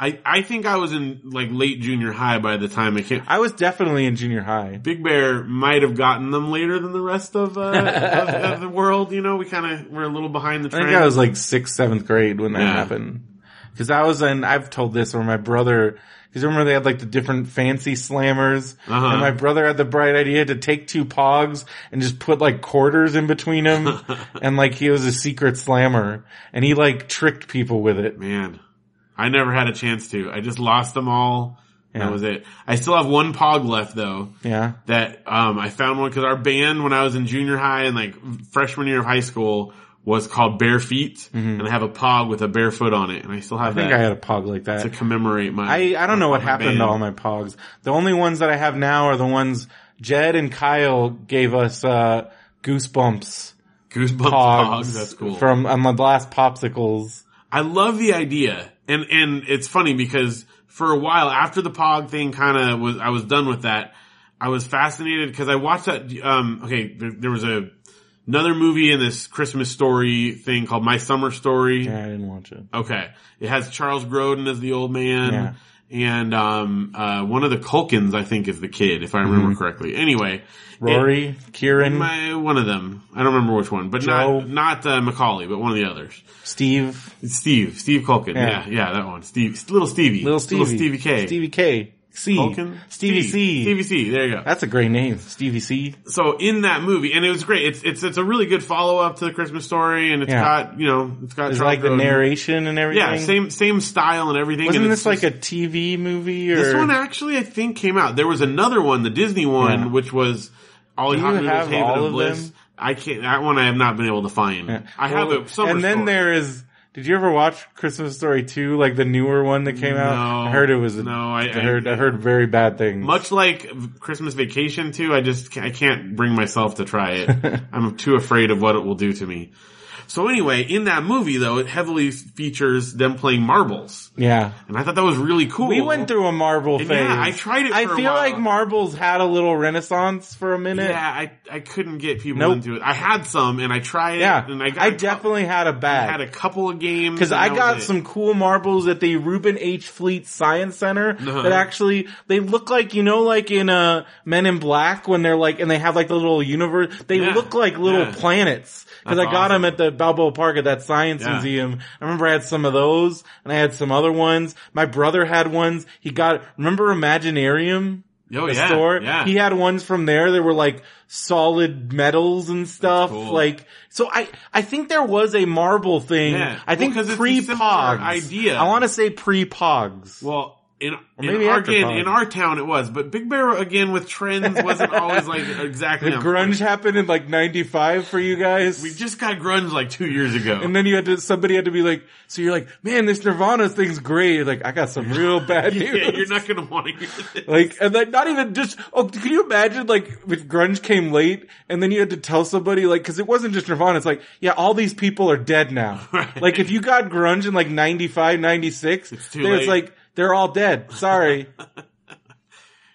Speaker 3: I I think I was in like late junior high by the time it came.
Speaker 2: I was definitely in junior high.
Speaker 3: Big Bear might have gotten them later than the rest of, uh, of, of the world. You know, we kind of we're a little behind the
Speaker 2: I
Speaker 3: trend.
Speaker 2: think I was like sixth, seventh grade when that
Speaker 3: Yeah.
Speaker 2: happened. Cause I was in, I've told this where my brother, cause remember they had like the different fancy slammers
Speaker 3: Uh-huh.
Speaker 2: and my brother had the bright idea to take two pogs and just put like quarters in between them and like he was a secret slammer and he like tricked people with it.
Speaker 3: man. I never had a chance to. I just lost them all.
Speaker 2: Yeah.
Speaker 3: That was it. I still have one pog left though.
Speaker 2: Yeah.
Speaker 3: That um, I found one because our band when I was in junior high and like freshman year of high school was called Bare Feet, and I have a pog with a barefoot on it, and I still have
Speaker 2: Mm-hmm. I think
Speaker 3: that
Speaker 2: I had a pog like that.
Speaker 3: to commemorate my.
Speaker 2: I, I don't know what
Speaker 3: my
Speaker 2: happened
Speaker 3: band.
Speaker 2: to all my pogs. The only ones that I have now are the ones Jed and Kyle gave us, uh, goosebumps
Speaker 3: Goosebumps
Speaker 2: pogs,
Speaker 3: pogs. That's cool.
Speaker 2: from on the last popsicles.
Speaker 3: I love the idea, and and it's funny because for a while after the Pog thing kind of was, I was done with that. I was fascinated because I watched that. Um, okay, there, there was a another movie in this Christmas story thing called My Summer Story.
Speaker 2: Yeah, I didn't watch it.
Speaker 3: Okay, it has Charles Grodin as the old man.
Speaker 2: Yeah.
Speaker 3: And um, uh, one of the Culkins, I think, is the kid, if I remember correctly. Anyway,
Speaker 2: Mm-hmm. Rory, Kieran,
Speaker 3: my, one of them. I don't remember which one, but
Speaker 2: Joe.
Speaker 3: not not uh, Macaulay, but one of the others.
Speaker 2: Steve,
Speaker 3: Steve, Steve Culkin.
Speaker 2: Yeah.
Speaker 3: Yeah, yeah, that one. Steve, little Stevie,
Speaker 2: little Stevie,
Speaker 3: little Stevie K.
Speaker 2: Stevie K, C,
Speaker 3: Culkin,
Speaker 2: Stevie C.
Speaker 3: Steve. Stevie C. There you go.
Speaker 2: That's a great name, Stevie C.
Speaker 3: so in that movie, and it was great. It's it's it's a really good follow up to the Christmas story, and it's
Speaker 2: Yeah.
Speaker 3: got you know it's got
Speaker 2: It's
Speaker 3: Charles
Speaker 2: like the
Speaker 3: Grodin.
Speaker 2: narration and everything.
Speaker 3: Yeah, same same style and everything.
Speaker 2: Wasn't
Speaker 3: and
Speaker 2: this
Speaker 3: it's
Speaker 2: like
Speaker 3: just-
Speaker 2: a TV movie or?
Speaker 3: this one actually I think came out. There was another one, the Disney one,
Speaker 2: Yeah.
Speaker 3: which was Ollie
Speaker 2: Do you
Speaker 3: Hauptmann's
Speaker 2: have
Speaker 3: Haven
Speaker 2: all
Speaker 3: of
Speaker 2: of
Speaker 3: Bliss.
Speaker 2: them?
Speaker 3: I can't. That one I have not been able to find.
Speaker 2: Yeah.
Speaker 3: I have
Speaker 2: Well,
Speaker 3: a summer
Speaker 2: And then
Speaker 3: story.
Speaker 2: there is. Did you ever watch Christmas Story two, like the newer one that came out?
Speaker 3: No.
Speaker 2: I heard it was. a-
Speaker 3: No, I-
Speaker 2: I heard. I heard very bad things.
Speaker 3: Much like v- Christmas Vacation too, I just ca- I can't bring myself to try it. I'm too afraid of what it will do to me. So anyway, in that movie though, it heavily features them playing marbles,
Speaker 2: yeah,
Speaker 3: and I thought that was really cool.
Speaker 2: we went through a marble
Speaker 3: And
Speaker 2: phase.
Speaker 3: yeah, I tried it. For
Speaker 2: I
Speaker 3: a
Speaker 2: feel
Speaker 3: while.
Speaker 2: like marbles had a little renaissance for a minute.
Speaker 3: Yeah, I I couldn't get people
Speaker 2: Nope.
Speaker 3: into it. I had some, and I tried
Speaker 2: Yeah,
Speaker 3: it, and I got
Speaker 2: I
Speaker 3: a cou-
Speaker 2: definitely had a bag.
Speaker 3: had a couple of games
Speaker 2: Because
Speaker 3: and
Speaker 2: I
Speaker 3: that
Speaker 2: got
Speaker 3: was it.
Speaker 2: some cool marbles at the Reuben H. Fleet Science Center
Speaker 3: Uh-huh.
Speaker 2: that actually they look like you know like in uh Men in Black when they're like and they have like the little universe. They
Speaker 3: Yeah.
Speaker 2: look like little
Speaker 3: Yeah.
Speaker 2: planets. Because I
Speaker 3: That's
Speaker 2: got them
Speaker 3: awesome.
Speaker 2: at the Balboa Park at that science
Speaker 3: Yeah.
Speaker 2: museum. I remember I had some of those and I had some other ones. My brother had ones. He got remember Imaginarium
Speaker 3: Oh,
Speaker 2: the
Speaker 3: yeah,
Speaker 2: store.
Speaker 3: yeah.
Speaker 2: He had ones from there that were like solid metals and stuff.
Speaker 3: cool.
Speaker 2: Like so I I think there was a marble thing.
Speaker 3: Yeah.
Speaker 2: I think
Speaker 3: Well, 'cause it's a
Speaker 2: pre
Speaker 3: similar
Speaker 2: pogs
Speaker 3: idea.
Speaker 2: I want to say pre pogs.
Speaker 3: Well, in, in,
Speaker 2: maybe
Speaker 3: our,
Speaker 2: after
Speaker 3: again,
Speaker 2: Pride.
Speaker 3: in our town it was, but Big Bear again with trends wasn't always like exactly.
Speaker 2: the
Speaker 3: on
Speaker 2: grunge happened in like 95 for you guys.
Speaker 3: We just got grunge like two years ago.
Speaker 2: and then you had to, somebody had to be like, so you're like, man, this Nirvana thing's great. You're like, I got some real bad news.
Speaker 3: yeah, you're not gonna want to hear this.
Speaker 2: Like, and then not even just, oh, can you imagine, like, if grunge came late and then you had to tell somebody, like, cause it wasn't just Nirvana, it's like, yeah, all these people are dead now.
Speaker 3: Right.
Speaker 2: Like, if you got grunge in like 95, 96,
Speaker 3: It's too
Speaker 2: there's
Speaker 3: late.
Speaker 2: like, they're all dead. Sorry.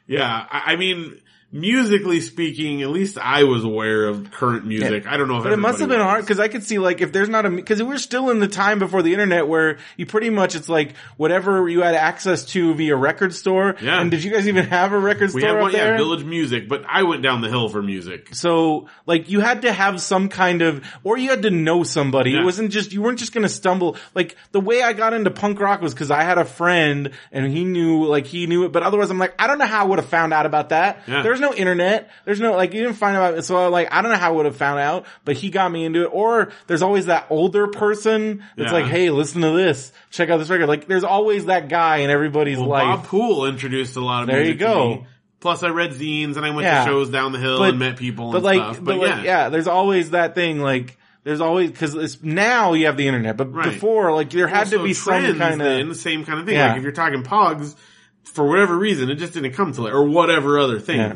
Speaker 3: Yeah, I, I mean, musically speaking, at least I was aware of current music. I don't know if
Speaker 2: But it must have
Speaker 3: everybody
Speaker 2: been
Speaker 3: was.
Speaker 2: hard because I could see like if there's not a because we're still in the time before the internet where you pretty much it's like whatever you had access to via record store.
Speaker 3: Yeah.
Speaker 2: And did you guys even have a record
Speaker 3: We
Speaker 2: store
Speaker 3: had
Speaker 2: up
Speaker 3: one,
Speaker 2: there?
Speaker 3: yeah, Village Music, but I went down the hill for music.
Speaker 2: so like you had to have some kind of or you had to know somebody.
Speaker 3: Yeah.
Speaker 2: It wasn't just you weren't just gonna stumble. Like the way I got into punk rock was because I had a friend and he knew like he knew it, but otherwise I'm like I don't know how I would have found out about that.
Speaker 3: Yeah.
Speaker 2: There's no internet. There's no like you didn't find out. So I, like I don't know how I would have found out, but he got me into it. Or there's always that older person that's
Speaker 3: Yeah.
Speaker 2: like, hey, listen to this, check out this record. Like there's always that guy in everybody's
Speaker 3: Well,
Speaker 2: life.
Speaker 3: Bob Poole introduced a lot of
Speaker 2: There you
Speaker 3: music to
Speaker 2: go.
Speaker 3: me. Plus, I read zines and I went
Speaker 2: Yeah.
Speaker 3: to shows down the hill
Speaker 2: But-
Speaker 3: and met people
Speaker 2: but
Speaker 3: and
Speaker 2: like,
Speaker 3: stuff.
Speaker 2: But, like, yeah. there's always that thing. Like, there's always because it's now you have the internet, but
Speaker 3: Right.
Speaker 2: before, like, there had to
Speaker 3: Also,
Speaker 2: be some
Speaker 3: trends,
Speaker 2: kind
Speaker 3: then, the
Speaker 2: of
Speaker 3: same kind of thing.
Speaker 2: Yeah.
Speaker 3: Like if you're talking Pogs, for whatever reason, it just didn't come to it or whatever other thing.
Speaker 2: Yeah.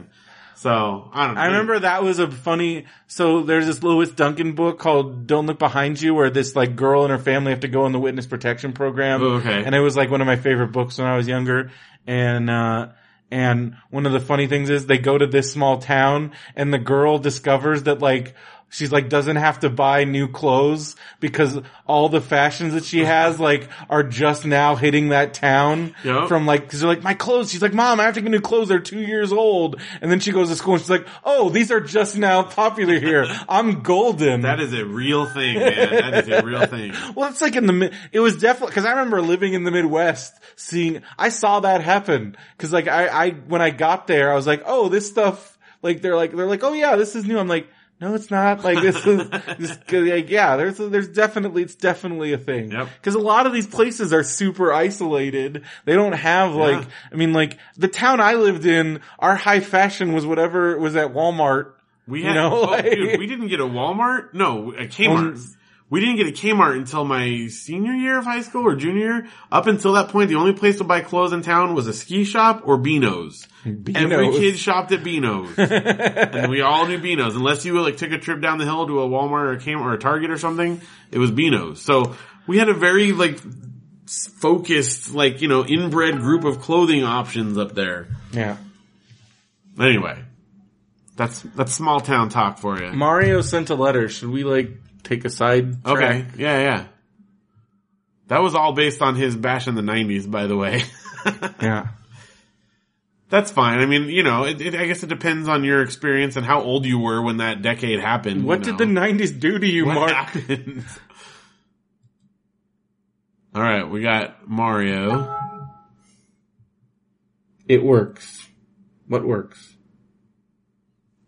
Speaker 3: So I don't. know.
Speaker 2: I remember that was a funny. So there's this Lewis Duncan book called "Don't Look Behind You," where this like girl and her family have to go on the witness protection program.
Speaker 3: Oh, okay.
Speaker 2: and it was like one of my favorite books when I was younger. And uh, and one of the funny things is they go to this small town, and the girl discovers that like. She's like doesn't have to buy new clothes because all the fashions that she has like are just now hitting that town
Speaker 3: Yep.
Speaker 2: from like because they're like my clothes. She's like, mom, I have to get new clothes. They're two years old, and then she goes to school and she's like, oh, these are just now popular here. I'm golden.
Speaker 3: that is a real thing, man. that is a real thing.
Speaker 2: well, it's like in the Mi- it was definitely because I remember living in the Midwest, seeing I saw that happen because like I I when I got there, I was like, oh, this stuff like they're like they're like oh yeah, this is new. I'm like. No, it's not. Like this is, this, like, yeah. There's, there's definitely, it's definitely a thing.
Speaker 3: Yep.
Speaker 2: Because a lot of these places are super isolated. They don't have like, I mean, like the town I lived in, our high fashion was whatever was at Walmart.
Speaker 3: We
Speaker 2: You
Speaker 3: had,
Speaker 2: know,
Speaker 3: oh,
Speaker 2: like- Um,
Speaker 3: dude, we didn't get a Walmart. No, a Kmart. we didn't get a Kmart until my senior year of high school or junior. year. Up until that point, the only place to buy clothes in town was a ski shop or Beano's. Every
Speaker 2: Beano's.
Speaker 3: kid shopped at Beano's, and we all knew Beano's. Unless you like took a trip down the hill to a Walmart or a Kmart or a Target or something, it was Beano's. So we had a very like s- focused, like you know, inbred group of clothing options up there.
Speaker 2: Yeah.
Speaker 3: Anyway, that's that's small town talk for you.
Speaker 2: Mario sent a letter. Should we like take a side?
Speaker 3: Okay.
Speaker 2: track?
Speaker 3: Yeah, yeah. That was all based on his bash in the 90s, by the way.
Speaker 2: Yeah.
Speaker 3: That's fine. I mean, you know, it, it, I guess it depends on your experience and how old you were when that decade happened.
Speaker 2: What
Speaker 3: you
Speaker 2: did the
Speaker 3: know.
Speaker 2: '90s do to you,
Speaker 3: What
Speaker 2: Mark?
Speaker 3: happened? all right, we got Mario.
Speaker 2: It works. What works?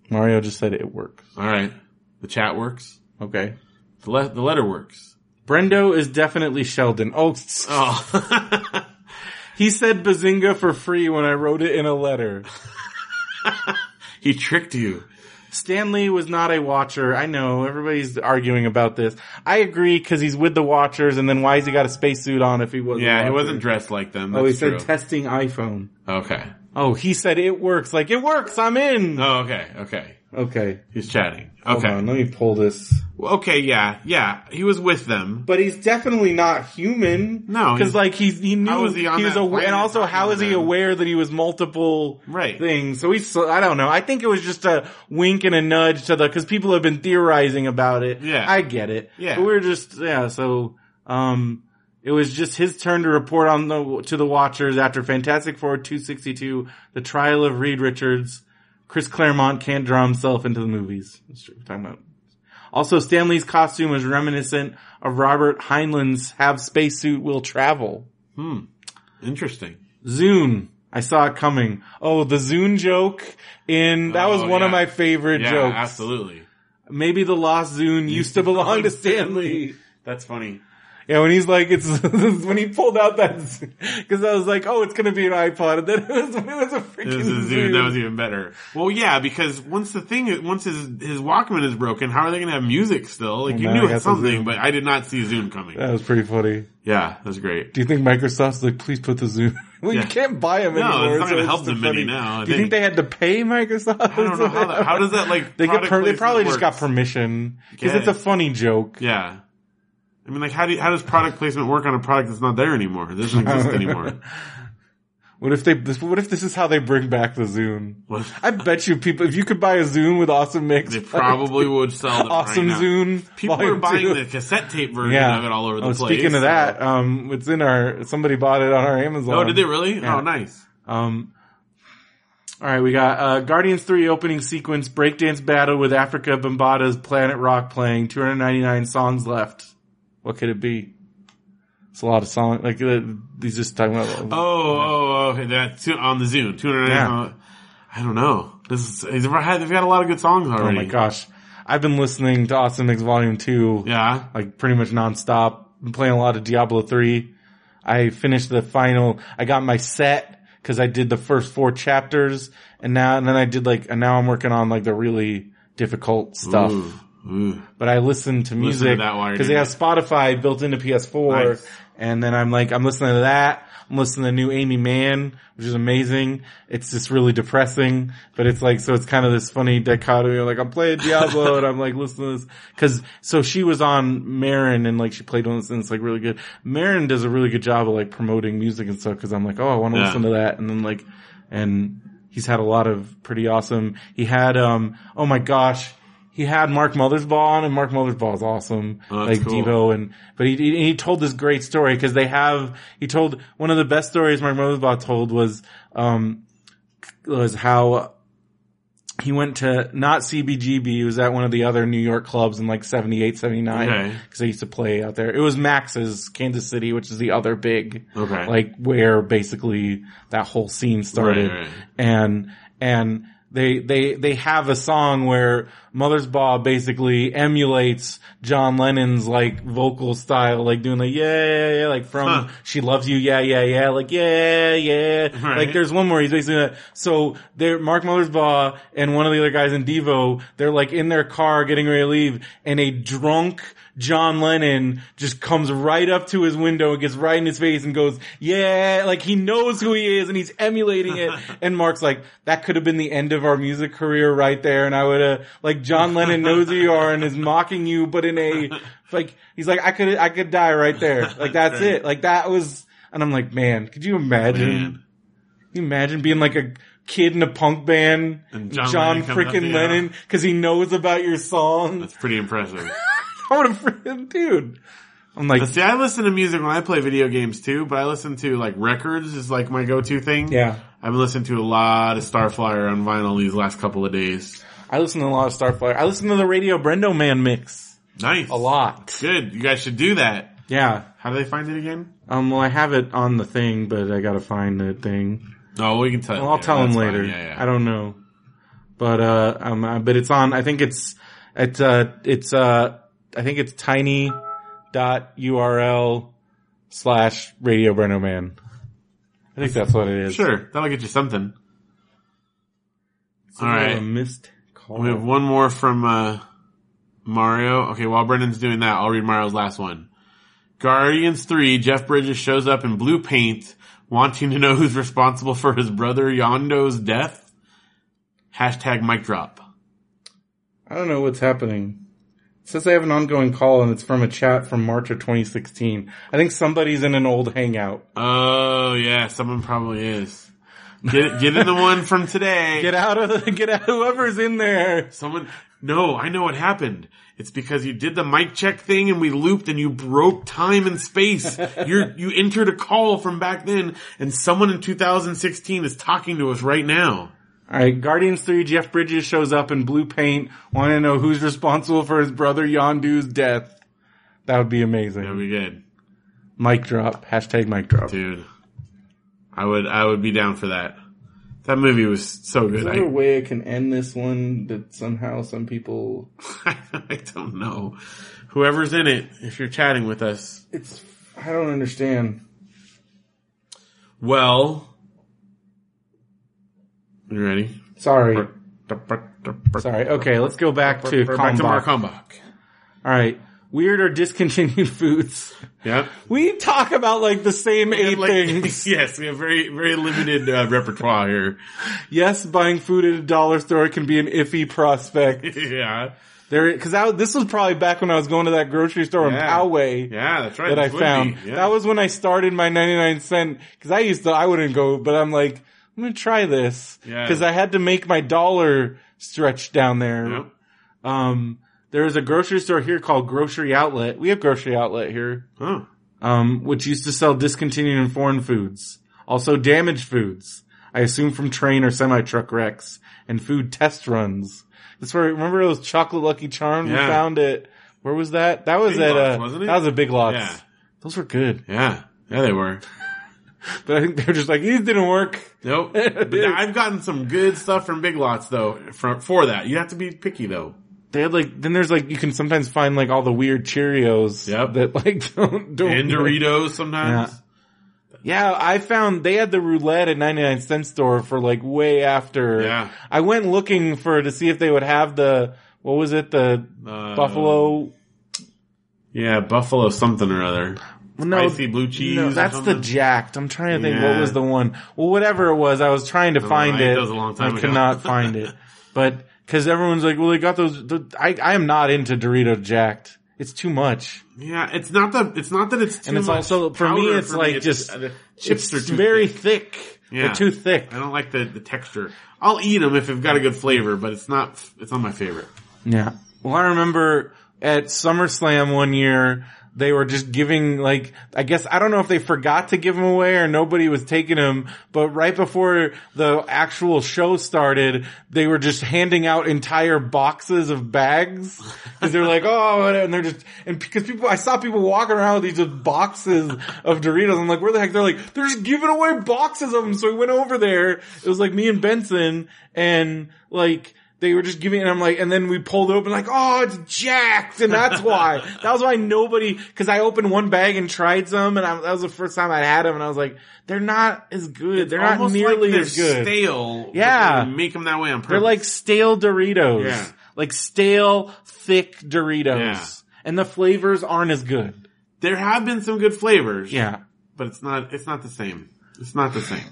Speaker 2: Mario just said it works.
Speaker 3: All right. The chat works.
Speaker 2: Okay.
Speaker 3: The, le- the letter works.
Speaker 2: Brendo is definitely Sheldon. Oh,
Speaker 3: Oh.
Speaker 2: he said Bazinga for free when I wrote it in a letter.
Speaker 3: he tricked you.
Speaker 2: Stanley was not a watcher. I know everybody's arguing about this. I agree because he's with the watchers, and then why has he got a spacesuit on if he wasn't?
Speaker 3: Yeah, he
Speaker 2: watching?
Speaker 3: wasn't dressed like them. That's
Speaker 2: Oh, he
Speaker 3: true.
Speaker 2: said testing iPhone.
Speaker 3: okay.
Speaker 2: Oh, he said it works. Like it works. I'm in.
Speaker 3: Oh, okay. Okay.
Speaker 2: Okay.
Speaker 3: He's chatting.
Speaker 2: Hold
Speaker 3: Okay.
Speaker 2: on, let me pull this.
Speaker 3: Okay, yeah, yeah. He was with them.
Speaker 2: But he's definitely not human.
Speaker 3: No,
Speaker 2: because
Speaker 3: he's-
Speaker 2: like he he knew
Speaker 3: How is he on
Speaker 2: was
Speaker 3: that
Speaker 2: aware, and
Speaker 3: planet
Speaker 2: also how
Speaker 3: talking
Speaker 2: is
Speaker 3: to
Speaker 2: he
Speaker 3: them?
Speaker 2: aware that he was multiple
Speaker 3: Right.
Speaker 2: things? So he's I don't know. I think it was just a wink and a nudge to the because people have been theorizing about it.
Speaker 3: Yeah.
Speaker 2: I get it.
Speaker 3: Yeah.
Speaker 2: but we were just yeah. So um, it was just his turn to report on the to the Watchers after Fantastic Four two sixty two, the trial of Reed Richards. Chris Claremont can't draw himself into the movies. That's true. We're talking about also, Stanley's costume was reminiscent of Robert Heinlein's "Have Spacesuit Will Travel."
Speaker 3: Interesting.
Speaker 2: Zune. I saw it coming. Oh, the Zune joke in that was
Speaker 3: Oh,
Speaker 2: one of
Speaker 3: yeah.
Speaker 2: my favorite
Speaker 3: Yeah,
Speaker 2: jokes.
Speaker 3: absolutely.
Speaker 2: Maybe the lost Zune used to belong to Stanley.
Speaker 3: That's funny.
Speaker 2: Yeah, when he's like, it's when he pulled out that because I was like, oh, it's gonna be an iPod, and then it was, it was a freaking
Speaker 3: It was a
Speaker 2: Zune.
Speaker 3: Zune. That was even better. Well, yeah, because once the thing, once his his Walkman is broken, how are they going to have music still? Like you
Speaker 2: now
Speaker 3: knew
Speaker 2: I
Speaker 3: it's
Speaker 2: got some
Speaker 3: something,
Speaker 2: Zune.
Speaker 3: but I did not see Zune coming.
Speaker 2: that was pretty funny.
Speaker 3: yeah, that's great.
Speaker 2: Do you think Microsoft's like, please put the Zoom? Well,
Speaker 3: Yeah.
Speaker 2: you can't buy them
Speaker 3: No, it's
Speaker 2: anymore.
Speaker 3: not gonna
Speaker 2: so
Speaker 3: help
Speaker 2: just a
Speaker 3: them any
Speaker 2: funny-
Speaker 3: now, I
Speaker 2: Do you think
Speaker 3: think.
Speaker 2: they had to pay Microsoft?
Speaker 3: I don't know how that. How does that like?
Speaker 2: They get
Speaker 3: product
Speaker 2: per- they
Speaker 3: placement
Speaker 2: probably just got
Speaker 3: works?
Speaker 2: permission because it's
Speaker 3: Guess.
Speaker 2: a funny joke.
Speaker 3: Yeah. I mean, like, how do you, how does product placement work on a product that's not there anymore? It doesn't exist anymore.
Speaker 2: What if they? This, what if this is how they bring back the Zune? I bet you people, if you could buy a Zune with awesome mix,
Speaker 3: They probably would sell them
Speaker 2: awesome
Speaker 3: right now.
Speaker 2: Zune.
Speaker 3: People are
Speaker 2: Volume
Speaker 3: buying
Speaker 2: Two.
Speaker 3: the cassette tape version
Speaker 2: Yeah.
Speaker 3: of it all over the
Speaker 2: oh,
Speaker 3: place.
Speaker 2: Speaking of that, um, it's in our. Somebody bought it on our Amazon.
Speaker 3: oh, did they really?
Speaker 2: Yeah.
Speaker 3: Oh, nice.
Speaker 2: Um, all right, we got uh, Guardians Three opening sequence breakdance battle with Africa Bombada's Planet Rock playing. Two hundred ninety nine songs left. What could it be? It's a lot of songs. Like uh, he's just talking about.
Speaker 3: Oh, oh, okay. That two, on the Zoom, two hundred. uh,
Speaker 2: Yeah.
Speaker 3: I don't know. This is, they've had they've got a lot of good songs
Speaker 2: Oh
Speaker 3: already.
Speaker 2: my gosh. I've been listening to Awesome Mix Volume 2,
Speaker 3: Yeah.
Speaker 2: like pretty much nonstop. Been playing a lot of Diablo 3. I finished the final, I got my set cause I did the first four chapters and now, and then I did like, and now I'm working on like the really difficult stuff.
Speaker 3: Ooh, ooh.
Speaker 2: But I listen to music
Speaker 3: that while you're
Speaker 2: cause they
Speaker 3: doing
Speaker 2: have Spotify built into PS4
Speaker 3: Nice.
Speaker 2: and then I'm like, I'm listening to that. I'm listening to new Amy Mann, which is amazing. It's just really depressing, but it's like, so it's kind of this funny dichotomy. of like, I'm playing Diablo and I'm like, listen to this. Cause, so she was on Marin and like she played one of those and it's like really good. Marin does a really good job of like promoting music and stuff cause I'm like, oh, I want to
Speaker 3: Yeah.
Speaker 2: listen to that. And then like, and he's had a lot of pretty awesome, he had, um, oh my gosh. He had Mark Mothersbaugh on and Mark Mothersbaugh is awesome.
Speaker 3: Oh, that's
Speaker 2: like
Speaker 3: cool.
Speaker 2: Devo Devo and but he he he told this great story because they have he told one of the best stories Mark Mothersbaugh told was um was how he went to not CBGB he was at one of the other New York clubs in like 78 79
Speaker 3: Okay.
Speaker 2: because they used to play out there it was Max's Kansas City which is the other big
Speaker 3: Okay.
Speaker 2: like where basically that whole scene started
Speaker 3: Right, right.
Speaker 2: and and they they they have a song where Mother's Ball basically emulates John Lennon's like vocal style, like doing the yeah yeah yeah, like from
Speaker 3: Huh.
Speaker 2: She Loves You yeah yeah yeah, like yeah yeah.
Speaker 3: Right.
Speaker 2: Like there's one where he's basically that. so there Mark Mother's Ball and one of the other guys in Devo, they're like in their car getting ready to leave, and a drunk. John Lennon just comes right up to his window and gets right in his face and goes, yeah, like he knows who he is and he's emulating it. And Mark's like, that could have been the end of our music career right there. And I would have, like, John Lennon knows who you are and is mocking you, but in a, like, he's like, I could, I could die right there. Like, that's
Speaker 3: Right.
Speaker 2: it. Like, that was, and I'm like, man, could you imagine?
Speaker 3: Man.
Speaker 2: Can you imagine being like a kid in a punk band?
Speaker 3: And
Speaker 2: John,
Speaker 3: John Lennon comes up to
Speaker 2: frickin'
Speaker 3: you.
Speaker 2: Lennon, cause he knows about your song.
Speaker 3: That's pretty impressive.
Speaker 2: I would have freaking, dude. I'm like,
Speaker 3: But see, I listen to music when I play video games too, but I listen to like records is like my go-to thing.
Speaker 2: yeah.
Speaker 3: I've been listening to a lot of Starflyer on vinyl these last couple of days.
Speaker 2: I listen to a lot of Starfire. I listen to the Radio Brendo Man mix
Speaker 3: Nice.
Speaker 2: a lot.
Speaker 3: Good. You guys should do that.
Speaker 2: Yeah.
Speaker 3: How do they find it again?
Speaker 2: Um. Well, I have it on the thing, but I gotta find the thing.
Speaker 3: No, Oh, we can tell.
Speaker 2: Well, I'll tell
Speaker 3: them
Speaker 2: him later.
Speaker 3: Yeah, yeah.
Speaker 2: I don't know, but uh, um, uh, but it's on. I think it's it's uh it's uh I think it's tiny dot url slash Radio Brendo Man. I think that's what it is.
Speaker 3: Sure, that'll get you something.
Speaker 2: Something
Speaker 3: All right.
Speaker 2: of a missed call.
Speaker 3: We have one more from uh, Mario. Okay, while Brendan's doing that, I'll read Mario's last one. Guardians 3, Jeff Bridges shows up in blue paint wanting to know who's responsible for his brother Yondo's death. Hashtag mic drop.
Speaker 2: I don't know what's happening. It says I have an ongoing call and it's from a chat from March of 2016. I think somebody's in an old hangout.
Speaker 3: Oh, yeah, someone probably is. Get, get in the one from today.
Speaker 2: Get out of the, get out, whoever's in there.
Speaker 3: Someone, no, I know what happened. It's because you did the mic check thing and we looped and you broke time and space. You're, you entered a call from back then and someone in 2016 is talking to us right now.
Speaker 2: Alright, Guardians 3, Jeff Bridges shows up in blue paint, wanting to know who's responsible for his brother Yondu's death. That would be
Speaker 3: That'd
Speaker 2: amazing.
Speaker 3: be good,
Speaker 2: Mic drop, hashtag mic drop.
Speaker 3: dude. I would, I would be down for that. That movie was so good. I,
Speaker 2: way I can end this one that somehow some people,
Speaker 3: I don't know. Whoever's in it, if you're chatting with us,
Speaker 2: it's, I don't understand.
Speaker 3: well, you ready?
Speaker 2: Sorry. Sorry. Okay, let's go back to
Speaker 3: Back to Mark
Speaker 2: Kalmbach.
Speaker 3: Kalmbach.
Speaker 2: All right. Weird or discontinued foods.
Speaker 3: Yeah.
Speaker 2: We talk about like the same eight
Speaker 3: Like-
Speaker 2: things.
Speaker 3: yes, we have very, very limited uh, repertoire here.
Speaker 2: Yes, buying food at a dollar store can be an iffy prospect.
Speaker 3: yeah.
Speaker 2: There, cause I, this was probably back when I was going to that grocery store in
Speaker 3: Yeah.
Speaker 2: Poway.
Speaker 3: Yeah, that's right.
Speaker 2: that I
Speaker 3: this would
Speaker 2: found.
Speaker 3: be, yeah.
Speaker 2: That was when I started my 99 cent, cause I used to, I wouldn't go, but I'm like, I'm gonna try this.
Speaker 3: Yeah.
Speaker 2: Cause I had to make my dollar stretch down there.
Speaker 3: Yeah.
Speaker 2: Um, there is a grocery store here called Grocery Outlet. We have Grocery Outlet here.
Speaker 3: Huh.
Speaker 2: Um, which used to sell discontinued and foreign foods. Also damaged foods. I assume from train or semi-truck wrecks and food test runs. That's where, remember those chocolate Lucky Charms? We
Speaker 3: Yeah.
Speaker 2: found it. Where was that? That was
Speaker 3: Big
Speaker 2: at,
Speaker 3: Lots,
Speaker 2: uh,
Speaker 3: wasn't it?
Speaker 2: that was a big lots.
Speaker 3: Yeah.
Speaker 2: Those were good.
Speaker 3: Yeah. Yeah, they were.
Speaker 2: But I think they were just like, these didn't work.
Speaker 3: Nope. but I've gotten some good stuff from Big Lots though. For, for that, you have to be picky though.
Speaker 2: They had like, then there's like, you can sometimes find like all the weird Cheerios
Speaker 3: Yep.
Speaker 2: that like don't, don't.
Speaker 3: And
Speaker 2: work.
Speaker 3: Doritos sometimes.
Speaker 2: Yeah. Yeah, I found they had the roulette at 99 cent store for like way after.
Speaker 3: Yeah.
Speaker 2: I went looking for to see if they would have the, what was it, the
Speaker 3: Uh,
Speaker 2: buffalo?
Speaker 3: Yeah, buffalo something or other.
Speaker 2: No,
Speaker 3: Spicy blue cheese.
Speaker 2: no,
Speaker 3: or
Speaker 2: that's the
Speaker 3: something.
Speaker 2: jacked. I'm trying to think what
Speaker 3: Yeah.
Speaker 2: was the one. Well, whatever it was, I was trying to find
Speaker 3: know, I ate
Speaker 2: it.
Speaker 3: those a long time
Speaker 2: I
Speaker 3: ago.
Speaker 2: could not find it. But, cause everyone's like, well, they got those, the, I, I am not into Dorito jacked. It's too much.
Speaker 3: Yeah, it's not the. It's not that it's too
Speaker 2: And it's
Speaker 3: much
Speaker 2: also, for me,
Speaker 3: powder.
Speaker 2: it's
Speaker 3: For
Speaker 2: like just-
Speaker 3: uh, the chips are
Speaker 2: it's
Speaker 3: too
Speaker 2: very
Speaker 3: thick.
Speaker 2: thick.
Speaker 3: Yeah.
Speaker 2: They're too thick.
Speaker 3: I don't like the the texture. I'll eat them if they've got a good flavor, but it's not. It's not my favorite.
Speaker 2: Yeah. Well, I remember at SummerSlam one year, they were just giving like, I guess, I don't know if they forgot to give them away or nobody was taking them, but right before the actual show started, they were just handing out entire boxes of bags. Cause they're like, oh, and they're just, and because people, I saw people walking around with these just boxes of Doritos. I'm like, where the heck? They're like, they're just giving away boxes of them. So we went over there. It was like me and Benson and like, they were just giving, and I'm like, and then we pulled open, like, oh, it's jacked, and that's why. that was why nobody, because I opened one bag and tried some, and I, that was the first time I had them, and I was like, they're not as good. they're not
Speaker 3: Almost
Speaker 2: nearly
Speaker 3: like they're
Speaker 2: as good.
Speaker 3: Stale. but
Speaker 2: Yeah.
Speaker 3: they make them that way on purpose.
Speaker 2: They're like stale Doritos,
Speaker 3: Yeah.
Speaker 2: like stale thick Doritos,
Speaker 3: Yeah.
Speaker 2: and the flavors aren't as good.
Speaker 3: there have been some good flavors.
Speaker 2: Yeah.
Speaker 3: but it's not. It's not the same. It's not the same.